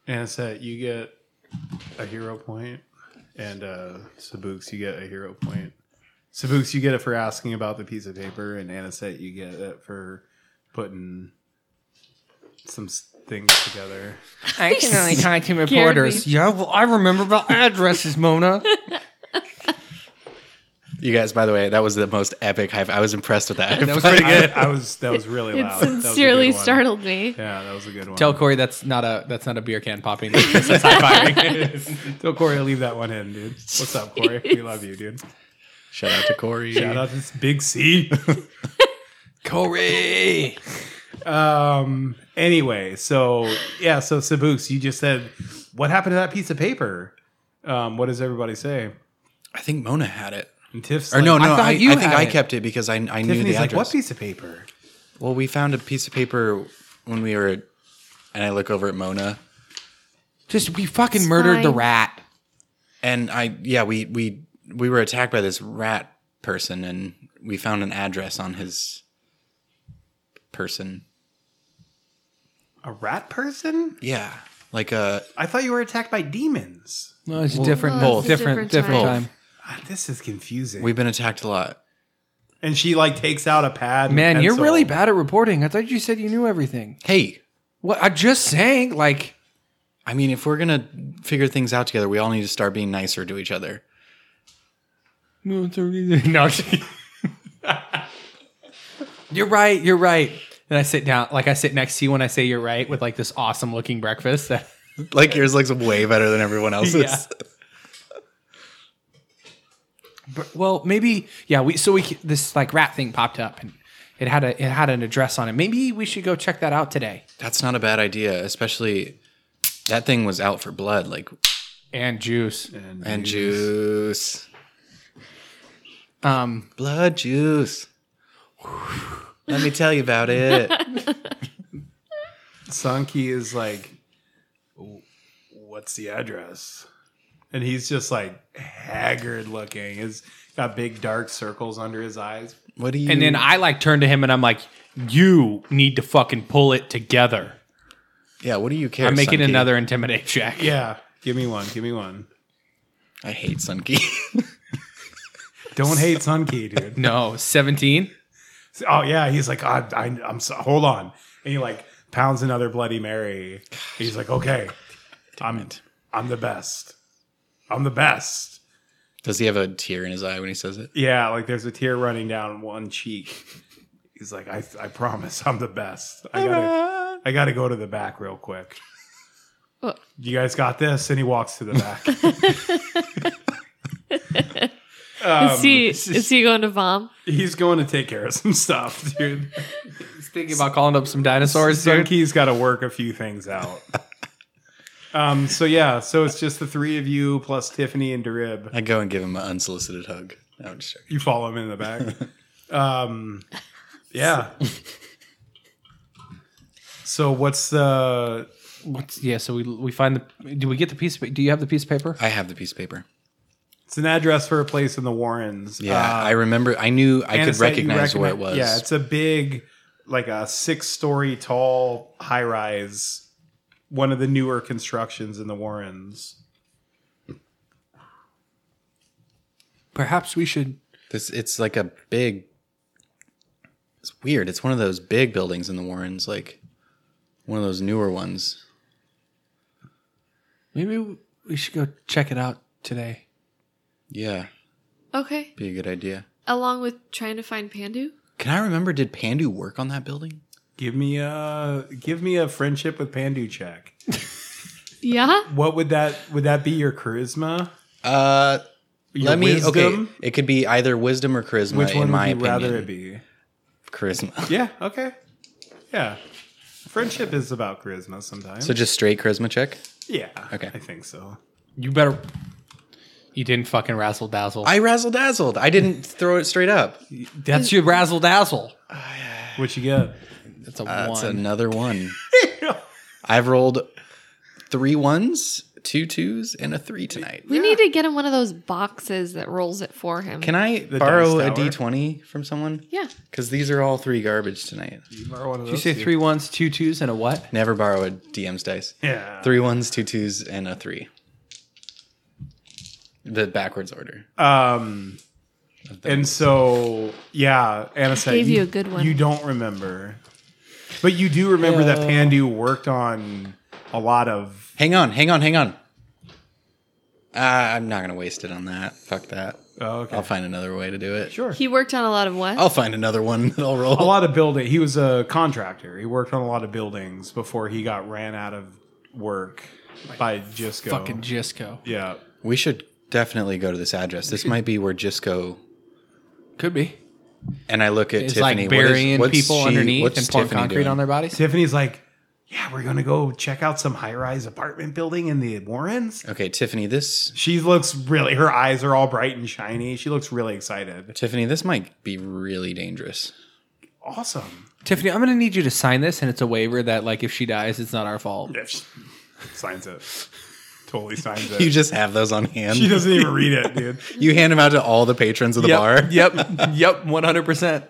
[SPEAKER 5] and it's that you get a hero point and uh Sabuks you get a hero point. Sabuks you get it for asking about the piece of paper and Anisette you get it for putting some s- things together.
[SPEAKER 2] I can only talk to
[SPEAKER 3] reporters.
[SPEAKER 2] Yeah, well, I remember about addresses, Mona.
[SPEAKER 1] You guys, by the way, that was the most epic hype. I was impressed with that.
[SPEAKER 2] that was pretty good.
[SPEAKER 5] I, I was that was really
[SPEAKER 3] It
[SPEAKER 5] loud. That was a good
[SPEAKER 3] sincerely
[SPEAKER 5] one.
[SPEAKER 3] startled me.
[SPEAKER 5] Yeah, that was a good one.
[SPEAKER 2] Tell Corey that's not a that's not a beer can popping. That's high-fiving.
[SPEAKER 5] Tell Corey to leave that one in, dude. What's up, Corey? We love you, dude.
[SPEAKER 1] Shout out to Corey.
[SPEAKER 5] Shout out to this Big C.
[SPEAKER 2] Corey.
[SPEAKER 5] um. Anyway, so yeah, so Saboose, you just said, what happened to that piece of paper? Um, what does everybody say?
[SPEAKER 1] I think Mona had it.
[SPEAKER 5] And Tiff's
[SPEAKER 1] Or no,
[SPEAKER 5] like,
[SPEAKER 1] no,
[SPEAKER 2] thought
[SPEAKER 1] I, I,
[SPEAKER 2] you
[SPEAKER 1] think
[SPEAKER 2] had
[SPEAKER 1] I
[SPEAKER 2] it.
[SPEAKER 1] kept it because I, I knew
[SPEAKER 5] Tiffany's
[SPEAKER 1] the
[SPEAKER 5] like,
[SPEAKER 1] address.
[SPEAKER 5] what piece of paper?
[SPEAKER 1] well, we found a piece of paper when we were, and I look over at Mona,
[SPEAKER 2] Just we fucking murdered the
[SPEAKER 3] fine.
[SPEAKER 2] rat.
[SPEAKER 1] and I yeah we we we were attacked by this rat person, and we found an address on his person.
[SPEAKER 5] A rat person?
[SPEAKER 1] Yeah, like uh, a
[SPEAKER 5] I thought you were attacked by demons.
[SPEAKER 2] No, it's different.
[SPEAKER 3] Well, it's a
[SPEAKER 2] different.
[SPEAKER 3] different
[SPEAKER 2] Different
[SPEAKER 3] time.
[SPEAKER 2] time.
[SPEAKER 5] God, this is confusing.
[SPEAKER 1] We've been attacked a lot.
[SPEAKER 5] and she like takes out a pad. and
[SPEAKER 2] Man, you're
[SPEAKER 5] pencil.
[SPEAKER 2] really bad at reporting. I thought you said you knew everything.
[SPEAKER 1] Hey,
[SPEAKER 2] What I'm just saying, like
[SPEAKER 1] I mean, if we're gonna figure things out together, we all need to start being nicer to each other.
[SPEAKER 2] no, it's a reason. No, I'm kidding. you're right. You're right. And I sit down, like I sit next to you when I say you're right, with like this awesome looking breakfast. That
[SPEAKER 1] Like yours looks way better than everyone else's.
[SPEAKER 2] Yeah. But, well, maybe yeah. We so we c- this like rat thing popped up and it had a it had an address on it. Maybe we should go check that out today.
[SPEAKER 1] That's not a bad idea, especially that thing was out for blood, like
[SPEAKER 2] And juice.
[SPEAKER 1] and juice,
[SPEAKER 2] Um.
[SPEAKER 1] blood juice. Let me tell you about it.
[SPEAKER 5] Sankey is like, "What's the address?" And he's just like haggard looking. He's got big dark circles under his eyes.
[SPEAKER 1] What do you?
[SPEAKER 2] And then I like turn to him and I'm like, "You need to fucking pull it together."
[SPEAKER 1] yeah, what do you care?
[SPEAKER 2] I'm making
[SPEAKER 1] Sunky?
[SPEAKER 2] another intimidate check.
[SPEAKER 5] Yeah, give me one. Give me one.
[SPEAKER 1] I hate Sunky.
[SPEAKER 5] Don't hate Sunkey, dude.
[SPEAKER 2] No, seventeen.
[SPEAKER 5] Oh yeah, he's like, I, I, I'm so, hold on, and he like pounds another Bloody Mary. He's like, okay, I'm, I'm the best. I'm the best.
[SPEAKER 1] Does he have a tear in his eye when he says it?
[SPEAKER 5] Yeah, like there's a tear running down one cheek. He's like, I, I promise, I'm the best. I gotta, I gotta go to the back real quick.
[SPEAKER 3] Well-
[SPEAKER 5] You guys got this, and he walks to the back. Um,
[SPEAKER 3] is he is he going to vom?
[SPEAKER 5] he's going to take care of some stuff, dude.
[SPEAKER 2] He's thinking about calling up some dinosaurs, dude.
[SPEAKER 5] Sunkey's got to work a few things out. um. So yeah. So it's just the three of you plus Tiffany and Darib.
[SPEAKER 1] I go and give him an unsolicited hug. No, I'm just joking.
[SPEAKER 5] You follow him in the back. um. Yeah. So what's the?
[SPEAKER 2] What's, yeah. So we we find the. Do we get the piece? Of, do you have the piece of paper?
[SPEAKER 1] I have the piece of paper.
[SPEAKER 5] It's an address for a place in the Warrens.
[SPEAKER 1] Yeah,
[SPEAKER 5] Uh,
[SPEAKER 1] I remember. I knew I
[SPEAKER 5] and
[SPEAKER 1] could
[SPEAKER 5] it's that you
[SPEAKER 1] recognize where it
[SPEAKER 5] recogni-
[SPEAKER 1] was.
[SPEAKER 5] Yeah, it's a big, like a six-story tall high-rise, one of the newer constructions in the Warrens.
[SPEAKER 2] Perhaps we should.
[SPEAKER 1] This it's like a big. It's weird. It's one of those big buildings in the Warrens, like one of those newer ones.
[SPEAKER 2] Maybe we should go check it out today.
[SPEAKER 1] Yeah,
[SPEAKER 3] Okay,
[SPEAKER 1] be a good idea.
[SPEAKER 3] along with trying to find Pandu.
[SPEAKER 1] Can I remember? Did Pandu work on that building?
[SPEAKER 5] Give me a give me a friendship with Pandu check.
[SPEAKER 3] Yeah,
[SPEAKER 5] What would that would that be your charisma?
[SPEAKER 1] Uh,
[SPEAKER 5] Your
[SPEAKER 1] let me.
[SPEAKER 5] wisdom?
[SPEAKER 1] Okay, it could be either wisdom or charisma.
[SPEAKER 5] Which one
[SPEAKER 1] in
[SPEAKER 5] would
[SPEAKER 1] my
[SPEAKER 5] you
[SPEAKER 1] opinion,
[SPEAKER 5] rather it be?
[SPEAKER 1] charisma.
[SPEAKER 5] Yeah, okay. Yeah. Friendship is about charisma sometimes.
[SPEAKER 1] So just straight charisma check.
[SPEAKER 5] yeah.
[SPEAKER 1] Okay.
[SPEAKER 5] I think so.
[SPEAKER 2] You better. You didn't fucking razzle dazzle.
[SPEAKER 1] I razzle dazzled. I didn't throw it straight up.
[SPEAKER 2] That's your razzle dazzle.
[SPEAKER 5] What you get?
[SPEAKER 2] That's a
[SPEAKER 1] That's
[SPEAKER 2] one.
[SPEAKER 1] another one. I've rolled three ones, two twos, and a three tonight.
[SPEAKER 3] we need to get him one of those boxes that rolls it for him.
[SPEAKER 1] Can I
[SPEAKER 5] The
[SPEAKER 1] borrow
[SPEAKER 5] dice
[SPEAKER 1] a
[SPEAKER 5] tower.
[SPEAKER 1] d20 from someone?
[SPEAKER 3] yeah,
[SPEAKER 1] Because these are all three garbage tonight.
[SPEAKER 2] Did you say three ones, two twos, and a what?
[SPEAKER 1] Never borrow a DM's dice.
[SPEAKER 5] Yeah.
[SPEAKER 1] Three ones, two twos, and a three. The backwards order.
[SPEAKER 5] Um
[SPEAKER 1] of them.
[SPEAKER 5] and so yeah, Anna said
[SPEAKER 3] Gave you a good one.
[SPEAKER 5] You don't remember. But you do remember that Pandu worked on a lot of
[SPEAKER 1] hang on, hang on, hang on. Uh, I'm not gonna waste it on that. Fuck that.
[SPEAKER 5] oh, okay.
[SPEAKER 1] I'll find another way to do it.
[SPEAKER 5] Sure.
[SPEAKER 3] he worked on a lot of what?
[SPEAKER 1] I'll find another one that I'll
[SPEAKER 5] a
[SPEAKER 1] roll.
[SPEAKER 5] lot of building. He was a contractor. He worked on a lot of buildings before he got ran out of work by Jisco.
[SPEAKER 2] Fucking Jisco.
[SPEAKER 5] yeah.
[SPEAKER 1] We should definitely go to this address. This might be where Jisco
[SPEAKER 2] Could be.
[SPEAKER 1] and I look at
[SPEAKER 2] It's
[SPEAKER 1] Tiffany.
[SPEAKER 2] like
[SPEAKER 1] what is-
[SPEAKER 2] burying
[SPEAKER 1] what's
[SPEAKER 2] people
[SPEAKER 1] she-
[SPEAKER 2] underneath
[SPEAKER 1] what's
[SPEAKER 2] and pouring
[SPEAKER 1] Tiffany
[SPEAKER 2] concrete
[SPEAKER 1] doing?
[SPEAKER 2] on their bodies.
[SPEAKER 5] Tiffany's like, yeah, we're gonna go check out some high-rise apartment building in the Warrens.
[SPEAKER 1] Okay, Tiffany, this
[SPEAKER 5] She looks really. Her eyes are all bright and shiny. She looks really excited.
[SPEAKER 1] Tiffany, this might be really dangerous.
[SPEAKER 5] Awesome.
[SPEAKER 2] Tiffany, I'm gonna need you to sign this, and it's a waiver that like if she dies, it's not our fault.
[SPEAKER 5] Yeah, she signs it. Totally signs
[SPEAKER 1] You
[SPEAKER 5] it.
[SPEAKER 1] just have those on hand.
[SPEAKER 5] She doesn't even read it, dude.
[SPEAKER 1] you hand them out to all the patrons of the
[SPEAKER 2] yep,
[SPEAKER 1] bar.
[SPEAKER 2] yep, yep, one hundred percent.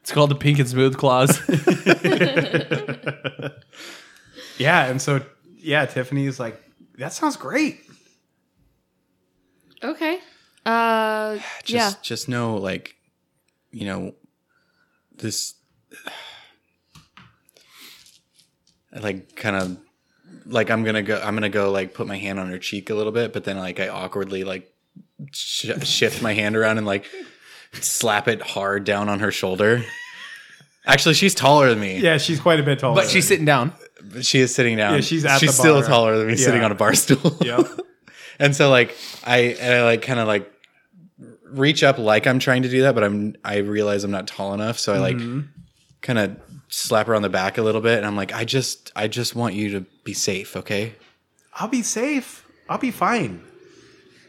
[SPEAKER 2] It's called the pink and smooth clause.
[SPEAKER 5] Yeah, and so yeah, Tiffany's like, that sounds great.
[SPEAKER 3] Okay. Uh,
[SPEAKER 1] Just
[SPEAKER 3] yeah.
[SPEAKER 1] just know like you know this I, like kind of like I'm going to go I'm going to go like put my hand on her cheek a little bit but then like I awkwardly like sh- shift my hand around and like slap it hard down on her shoulder. Actually, she's taller than me.
[SPEAKER 5] Yeah, she's quite a bit taller.
[SPEAKER 2] But she's sitting down.
[SPEAKER 1] But she is sitting down.
[SPEAKER 5] Yeah, she's at the
[SPEAKER 1] still
[SPEAKER 5] bar.
[SPEAKER 1] taller than me, sitting
[SPEAKER 5] Yeah.
[SPEAKER 1] on a bar stool.
[SPEAKER 5] Yep.
[SPEAKER 1] and so like I and I like kind of like reach up like I'm trying to do that, but I'm I realize I'm not tall enough, so I like
[SPEAKER 5] Mm-hmm.
[SPEAKER 1] kind of slap her on the back a little bit, and I'm like, I just I just want you to be safe, okay?
[SPEAKER 5] I'll be safe. I'll be fine.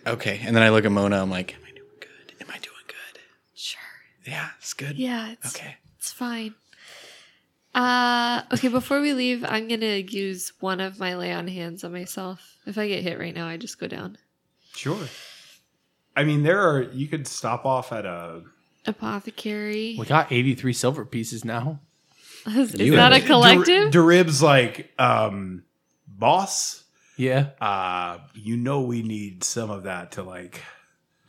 [SPEAKER 1] Okay. And then I look at Mona. I'm like, Am I doing good? Am I doing good?
[SPEAKER 3] Sure.
[SPEAKER 1] Yeah, it's good.
[SPEAKER 3] Yeah. It's,
[SPEAKER 1] Okay.
[SPEAKER 3] It's fine. Uh, okay, before we leave, I'm going to use one of my lay on hands on myself. If I get hit right now, I just go down.
[SPEAKER 5] Sure. I mean, there are. You could stop off at a.
[SPEAKER 3] Apothecary.
[SPEAKER 2] We got 83 silver pieces now.
[SPEAKER 3] Is
[SPEAKER 1] You
[SPEAKER 3] that a
[SPEAKER 1] have-
[SPEAKER 3] collective?
[SPEAKER 5] Der- Derib's like um, boss.
[SPEAKER 2] Yeah.
[SPEAKER 5] Uh, you know we need some of that to like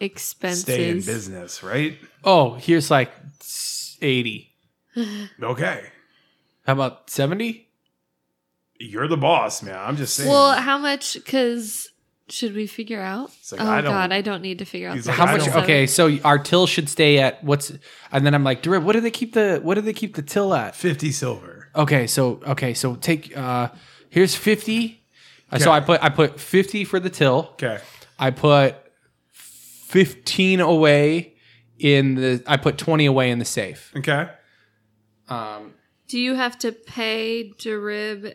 [SPEAKER 3] Expenses.
[SPEAKER 5] stay in business, right?
[SPEAKER 2] Oh, here's like s- 80.
[SPEAKER 5] Okay,
[SPEAKER 2] How about 70?
[SPEAKER 5] you're the boss, man. I'm just saying.
[SPEAKER 3] Well, how much? Because should we figure out?
[SPEAKER 5] It's like,
[SPEAKER 3] oh,
[SPEAKER 5] I don't-
[SPEAKER 3] God, I don't need to figure out.
[SPEAKER 5] He's
[SPEAKER 3] the
[SPEAKER 5] like,
[SPEAKER 2] How
[SPEAKER 5] I
[SPEAKER 2] much?
[SPEAKER 5] don't-
[SPEAKER 3] episode.
[SPEAKER 2] Okay, so our till should stay at what's, and then I'm like, Durib, what do they keep the what do they keep the till at?
[SPEAKER 5] Fifty silver.
[SPEAKER 2] Okay, so okay, so take uh, here's fifty. Uh, So
[SPEAKER 5] Okay.
[SPEAKER 2] I put I put fifty for the till.
[SPEAKER 5] Okay.
[SPEAKER 2] I put fifteen away in the. I put twenty away in the safe.
[SPEAKER 5] Okay.
[SPEAKER 2] Um,
[SPEAKER 3] Do you have to pay Derib?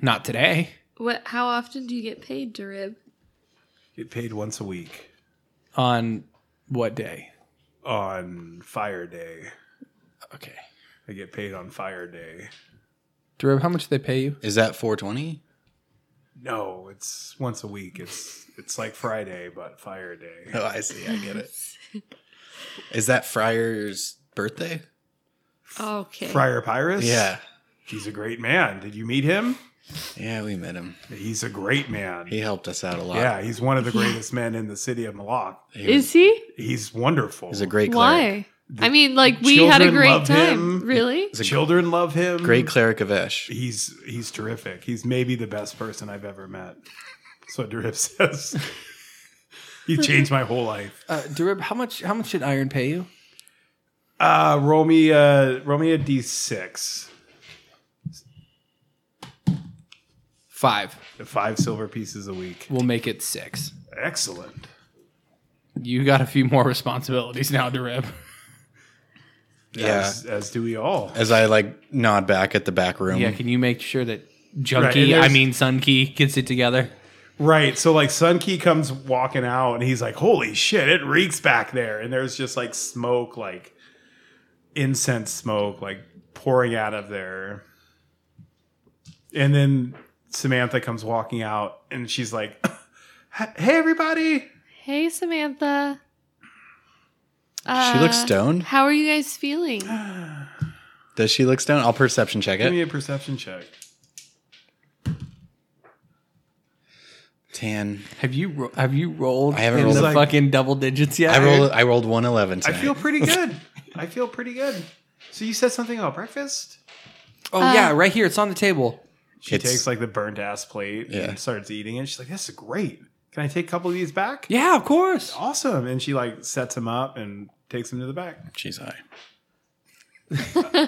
[SPEAKER 2] not today.
[SPEAKER 3] What? How often do you get paid Derib?
[SPEAKER 5] Get paid once a week
[SPEAKER 2] On what day?
[SPEAKER 5] on fire day.
[SPEAKER 2] Okay,
[SPEAKER 5] I get paid on fire day.
[SPEAKER 2] Durib, how much do they pay you?
[SPEAKER 1] Is that 420?
[SPEAKER 5] No, it's once a week. It's it's like Friday, but fire day.
[SPEAKER 1] Oh, I see. I get it. Is that Friar's birthday?
[SPEAKER 3] Okay.
[SPEAKER 5] Friar Pyrus.
[SPEAKER 1] Yeah.
[SPEAKER 5] he's a great man. Did you meet him?
[SPEAKER 1] Yeah, we met him.
[SPEAKER 5] He's a great man.
[SPEAKER 1] He helped us out a lot.
[SPEAKER 5] yeah, he's one of the greatest men in the city of Malak.
[SPEAKER 1] He was-
[SPEAKER 3] Is he?
[SPEAKER 5] He's wonderful.
[SPEAKER 1] He's a great cleric.
[SPEAKER 3] Why? I mean, like we had a
[SPEAKER 5] children
[SPEAKER 3] great
[SPEAKER 5] love
[SPEAKER 3] time.
[SPEAKER 5] him.
[SPEAKER 3] Really?
[SPEAKER 1] He's a
[SPEAKER 5] Children love him.
[SPEAKER 1] Great cleric of Esh.
[SPEAKER 5] He's he's terrific. He's maybe the best person I've ever met. That's what Drip says. you changed my whole life.
[SPEAKER 2] Uh, Durib, how much? How much did Iron pay you?
[SPEAKER 5] Uh, roll me a roll me a d six.
[SPEAKER 2] Five.
[SPEAKER 5] Five silver pieces a week.
[SPEAKER 2] We'll make it six.
[SPEAKER 5] Excellent.
[SPEAKER 2] You got a few more responsibilities now, Durib.
[SPEAKER 1] Yeah.
[SPEAKER 5] As, as do we all.
[SPEAKER 1] As I like nod back at the back room.
[SPEAKER 2] Yeah, can you make sure that
[SPEAKER 5] Right, and
[SPEAKER 2] Junkie, I
[SPEAKER 5] there's-
[SPEAKER 2] mean Sunkey, gets it together?
[SPEAKER 5] Right. So like Sunkey comes walking out and he's like, "Holy shit, it reeks back there." And there's just like smoke, like incense smoke like pouring out of there. And then Samantha comes walking out and she's like, "Hey everybody."
[SPEAKER 3] Hey, Samantha.
[SPEAKER 1] She looks
[SPEAKER 3] Uh,
[SPEAKER 1] stoned.
[SPEAKER 3] How are you guys feeling?
[SPEAKER 1] Does she look stoned? I'll perception check
[SPEAKER 5] Give me
[SPEAKER 1] it.
[SPEAKER 5] a perception check.
[SPEAKER 1] Tan.
[SPEAKER 2] Have you ro- have you rolled?
[SPEAKER 1] I haven't
[SPEAKER 2] in
[SPEAKER 1] rolled.
[SPEAKER 2] the
[SPEAKER 5] Like-
[SPEAKER 2] fucking double digits yet.
[SPEAKER 1] I rolled I rolled one eleven
[SPEAKER 5] I
[SPEAKER 1] tonight.
[SPEAKER 5] feel pretty good. I feel pretty good. So you said something about breakfast?
[SPEAKER 2] Oh yeah, right here. It's on the table.
[SPEAKER 5] She
[SPEAKER 1] It's-
[SPEAKER 5] takes like the burnt ass plate
[SPEAKER 1] Yeah.
[SPEAKER 5] and starts eating it. She's like, "This is great. Can I take a couple of these back?"
[SPEAKER 2] Yeah, of course.
[SPEAKER 5] awesome and she like sets him up and takes him to the back
[SPEAKER 1] She's high.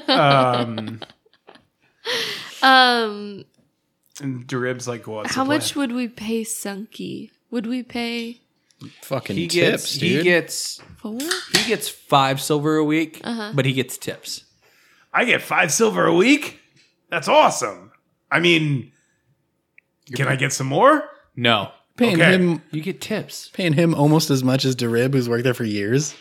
[SPEAKER 5] um
[SPEAKER 3] Um,
[SPEAKER 5] and derib's like what's
[SPEAKER 3] how
[SPEAKER 5] the plan?
[SPEAKER 3] much would we pay Sunky? Would we pay
[SPEAKER 1] Fucking
[SPEAKER 2] He
[SPEAKER 1] tips,
[SPEAKER 2] gets
[SPEAKER 1] dude.
[SPEAKER 2] he gets
[SPEAKER 3] four?
[SPEAKER 2] he gets five silver a week,
[SPEAKER 3] Uh-huh.
[SPEAKER 2] but he gets tips.
[SPEAKER 5] i get five silver a week that's awesome i mean can i get some more
[SPEAKER 2] No,
[SPEAKER 1] paying
[SPEAKER 5] Okay.
[SPEAKER 1] him
[SPEAKER 2] you get tips.
[SPEAKER 1] paying him almost as much as Derib, who's worked there for years.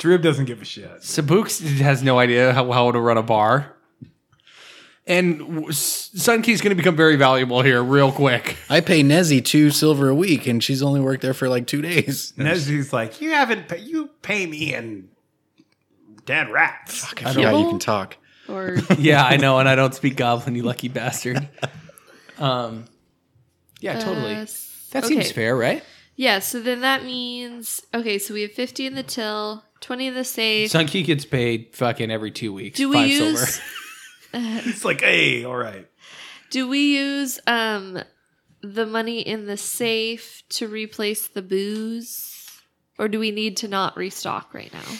[SPEAKER 5] derib doesn't give a shit
[SPEAKER 2] Sabooks has no idea how, how to run a bar, and w- S- Sunkey's going to become very valuable here real quick.
[SPEAKER 1] I pay Nezzy two silver a week, and she's only worked there for like two days.
[SPEAKER 5] and then she's like you haven't pa- you pay me in dead rats
[SPEAKER 1] I forgot
[SPEAKER 3] know.
[SPEAKER 1] you can talk.
[SPEAKER 3] Or
[SPEAKER 2] yeah, I know, and I don't speak Goblin, you lucky bastard. Um, yeah, totally.
[SPEAKER 3] uh,
[SPEAKER 2] That
[SPEAKER 3] Okay.
[SPEAKER 2] seems fair, right?
[SPEAKER 3] Yeah, so then that means okay, so we have 50 in the till, 20 in the safe.
[SPEAKER 2] Sunkey gets paid fucking every two weeks.
[SPEAKER 3] do we
[SPEAKER 2] five
[SPEAKER 3] use
[SPEAKER 2] silver.
[SPEAKER 5] It's like, hey, all right.
[SPEAKER 3] do we use um the money in the safe to replace the booze or do we need to not restock right now?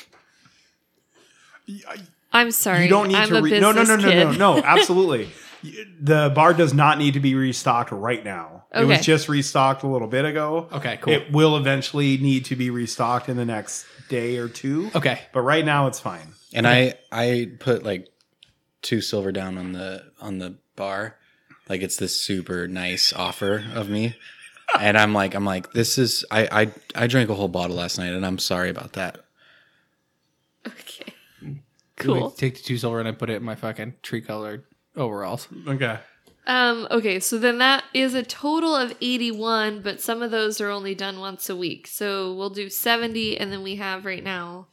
[SPEAKER 3] I'm sorry.
[SPEAKER 5] You don't need
[SPEAKER 3] I'm
[SPEAKER 5] to
[SPEAKER 3] a
[SPEAKER 5] re- no, no, no,
[SPEAKER 3] business
[SPEAKER 5] no, no,
[SPEAKER 3] kid.
[SPEAKER 5] no, absolutely. Y- The bar does not need to be restocked right now. It
[SPEAKER 3] Okay.
[SPEAKER 5] was just restocked a little bit ago.
[SPEAKER 2] Okay, cool.
[SPEAKER 5] It will eventually need to be restocked in the next day or two.
[SPEAKER 2] okay.
[SPEAKER 5] But right now it's fine.
[SPEAKER 1] And I I put like two silver down on the on the bar. Like it's this super nice offer of me. And I'm like I'm like this is I I I drank a whole bottle last night and I'm sorry about that.
[SPEAKER 3] Okay.
[SPEAKER 2] Mm. Do we
[SPEAKER 3] Cool.
[SPEAKER 2] Take the two silver and I put it in my fucking tree colored overalls.
[SPEAKER 5] Okay.
[SPEAKER 3] Um, okay, so then that is a total of 81, but some of those are only done once a week. So we'll do 70, and then we have right now.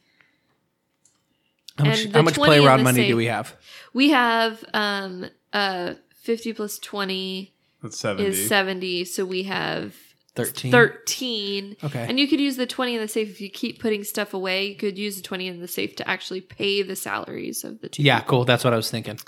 [SPEAKER 2] How much,
[SPEAKER 3] And the
[SPEAKER 2] how much
[SPEAKER 3] 20
[SPEAKER 2] play
[SPEAKER 3] in
[SPEAKER 2] rod
[SPEAKER 3] the
[SPEAKER 2] money do
[SPEAKER 3] safe.
[SPEAKER 2] we have?
[SPEAKER 3] We have um, uh, 50 plus 20
[SPEAKER 5] That's 70.
[SPEAKER 3] is 70, so we have
[SPEAKER 2] 13.
[SPEAKER 3] 13.
[SPEAKER 2] Okay.
[SPEAKER 3] And you could use the 20 in the safe if you keep putting stuff away. You could use the 20 in the safe to actually pay the salaries of the two.
[SPEAKER 2] Yeah, cool. That's what I was thinking.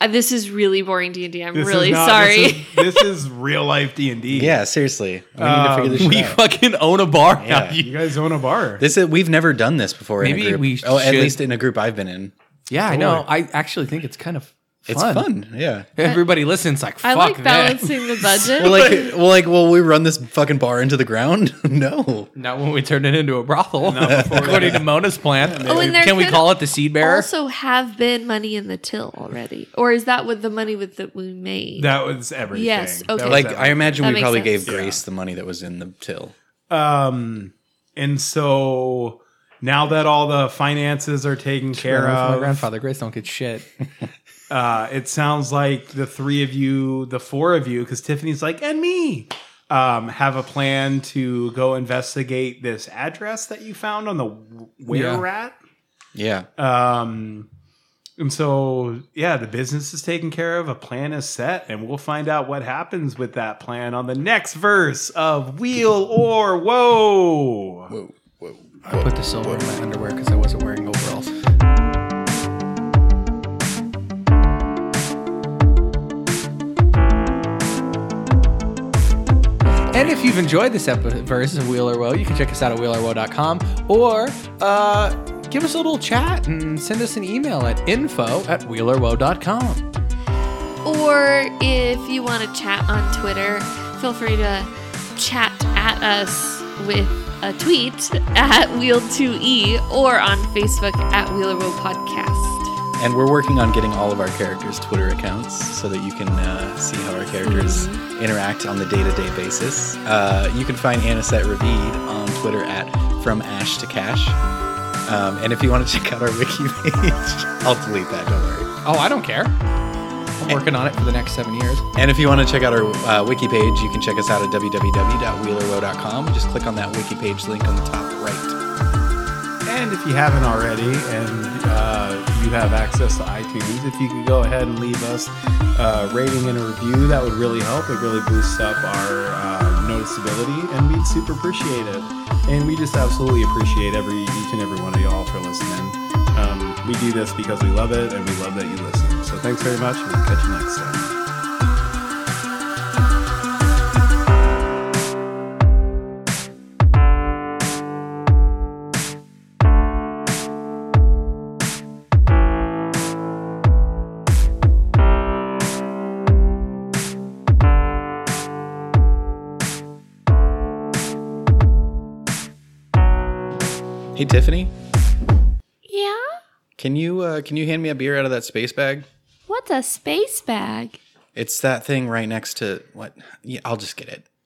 [SPEAKER 3] Uh, this is really boring D&D. I'm
[SPEAKER 5] This is
[SPEAKER 3] really
[SPEAKER 5] not-
[SPEAKER 3] sorry.
[SPEAKER 5] This is, this is real life D&D.
[SPEAKER 1] Yeah, seriously. We need to figure this
[SPEAKER 2] We
[SPEAKER 1] shit out.
[SPEAKER 2] fucking own a bar.
[SPEAKER 1] Yeah.
[SPEAKER 5] You guys own a bar.
[SPEAKER 1] This is, we've never done this before in
[SPEAKER 2] Maybe
[SPEAKER 1] a group.
[SPEAKER 2] we
[SPEAKER 1] oh, at
[SPEAKER 2] should-
[SPEAKER 1] least in a group I've been in.
[SPEAKER 2] Yeah, I know. I actually think it's kind of fun.
[SPEAKER 1] It's fun. Yeah.
[SPEAKER 2] Everybody listens like, fuck
[SPEAKER 3] I like
[SPEAKER 2] that.
[SPEAKER 3] balancing the budget.
[SPEAKER 1] Well, like, well, like, will we run this fucking bar into the ground? no.
[SPEAKER 2] Not when we turn it into a brothel, according to Mona's plan.
[SPEAKER 3] Oh, and there
[SPEAKER 2] Can we
[SPEAKER 3] could
[SPEAKER 2] call it the seed bearer?
[SPEAKER 3] also have been money in the till already, or is that with the money with that we made?
[SPEAKER 5] That was everything.
[SPEAKER 3] Yes,
[SPEAKER 5] That
[SPEAKER 3] okay.
[SPEAKER 5] was
[SPEAKER 1] Like,
[SPEAKER 5] everything.
[SPEAKER 1] I imagine
[SPEAKER 3] That
[SPEAKER 1] we
[SPEAKER 3] makes
[SPEAKER 1] probably
[SPEAKER 3] sense.
[SPEAKER 1] gave Grace the money that was in the till.
[SPEAKER 5] Um, and so now that all the finances are taken
[SPEAKER 2] Fair
[SPEAKER 5] care
[SPEAKER 2] enough, my
[SPEAKER 5] of,
[SPEAKER 2] grandfather Grace don't get shit.
[SPEAKER 5] uh, it sounds like the three of you, the four of you, because Tiffany's like, and me, um, have a plan to go investigate this address that you found on the where
[SPEAKER 2] Yeah.
[SPEAKER 5] rat.
[SPEAKER 1] Yeah.
[SPEAKER 5] Um, and so, yeah, the business is taken care of. A plan is set, and we'll find out what happens with that plan on the next verse of Wheel or Whoa.
[SPEAKER 1] Whoa, whoa.
[SPEAKER 2] I put the silver in my underwear because I wasn't wearing overalls. And if you've enjoyed this episode verse of Wheel or Woe, you can check us out at wheelerwoe.com or uh, give us a little chat and send us an email at info at wheelerwoe.com.
[SPEAKER 3] Or if you want to chat on Twitter, feel free to chat at us with a tweet at Wheel2E or on Facebook at Wheel and Row Podcast.
[SPEAKER 1] And we're working on getting all of our characters' Twitter accounts so that you can uh, see how our characters interact on the day-to-day basis. Uh, you can find Anisette Ravid on Twitter at from ash to cash. Um, and if you want to check out our wiki page, I'll delete that. Don't worry.
[SPEAKER 2] Oh, I don't care. I'm working on it for the next seven years.
[SPEAKER 1] And if you want to check out our uh, wiki page, you can check us out at www.wheelerrow.com. Just click on that wiki page link on the top right.
[SPEAKER 5] And if you haven't already, and uh, you have access to iTunes, if you could go ahead and leave us a rating and a review, that would really help. It really boosts up our uh, noticeability, and we'd super appreciate it. And we just absolutely appreciate every each and every one of y'all for listening. Um, we do this because we love it, and we love that you listen. So thanks very much, and we'll catch you next time.
[SPEAKER 1] Hey Tiffany,
[SPEAKER 3] Yeah?
[SPEAKER 1] can you uh, can you hand me a beer out of that space bag?
[SPEAKER 3] What's a space bag?
[SPEAKER 1] It's that thing right next to what? Yeah, I'll just get it.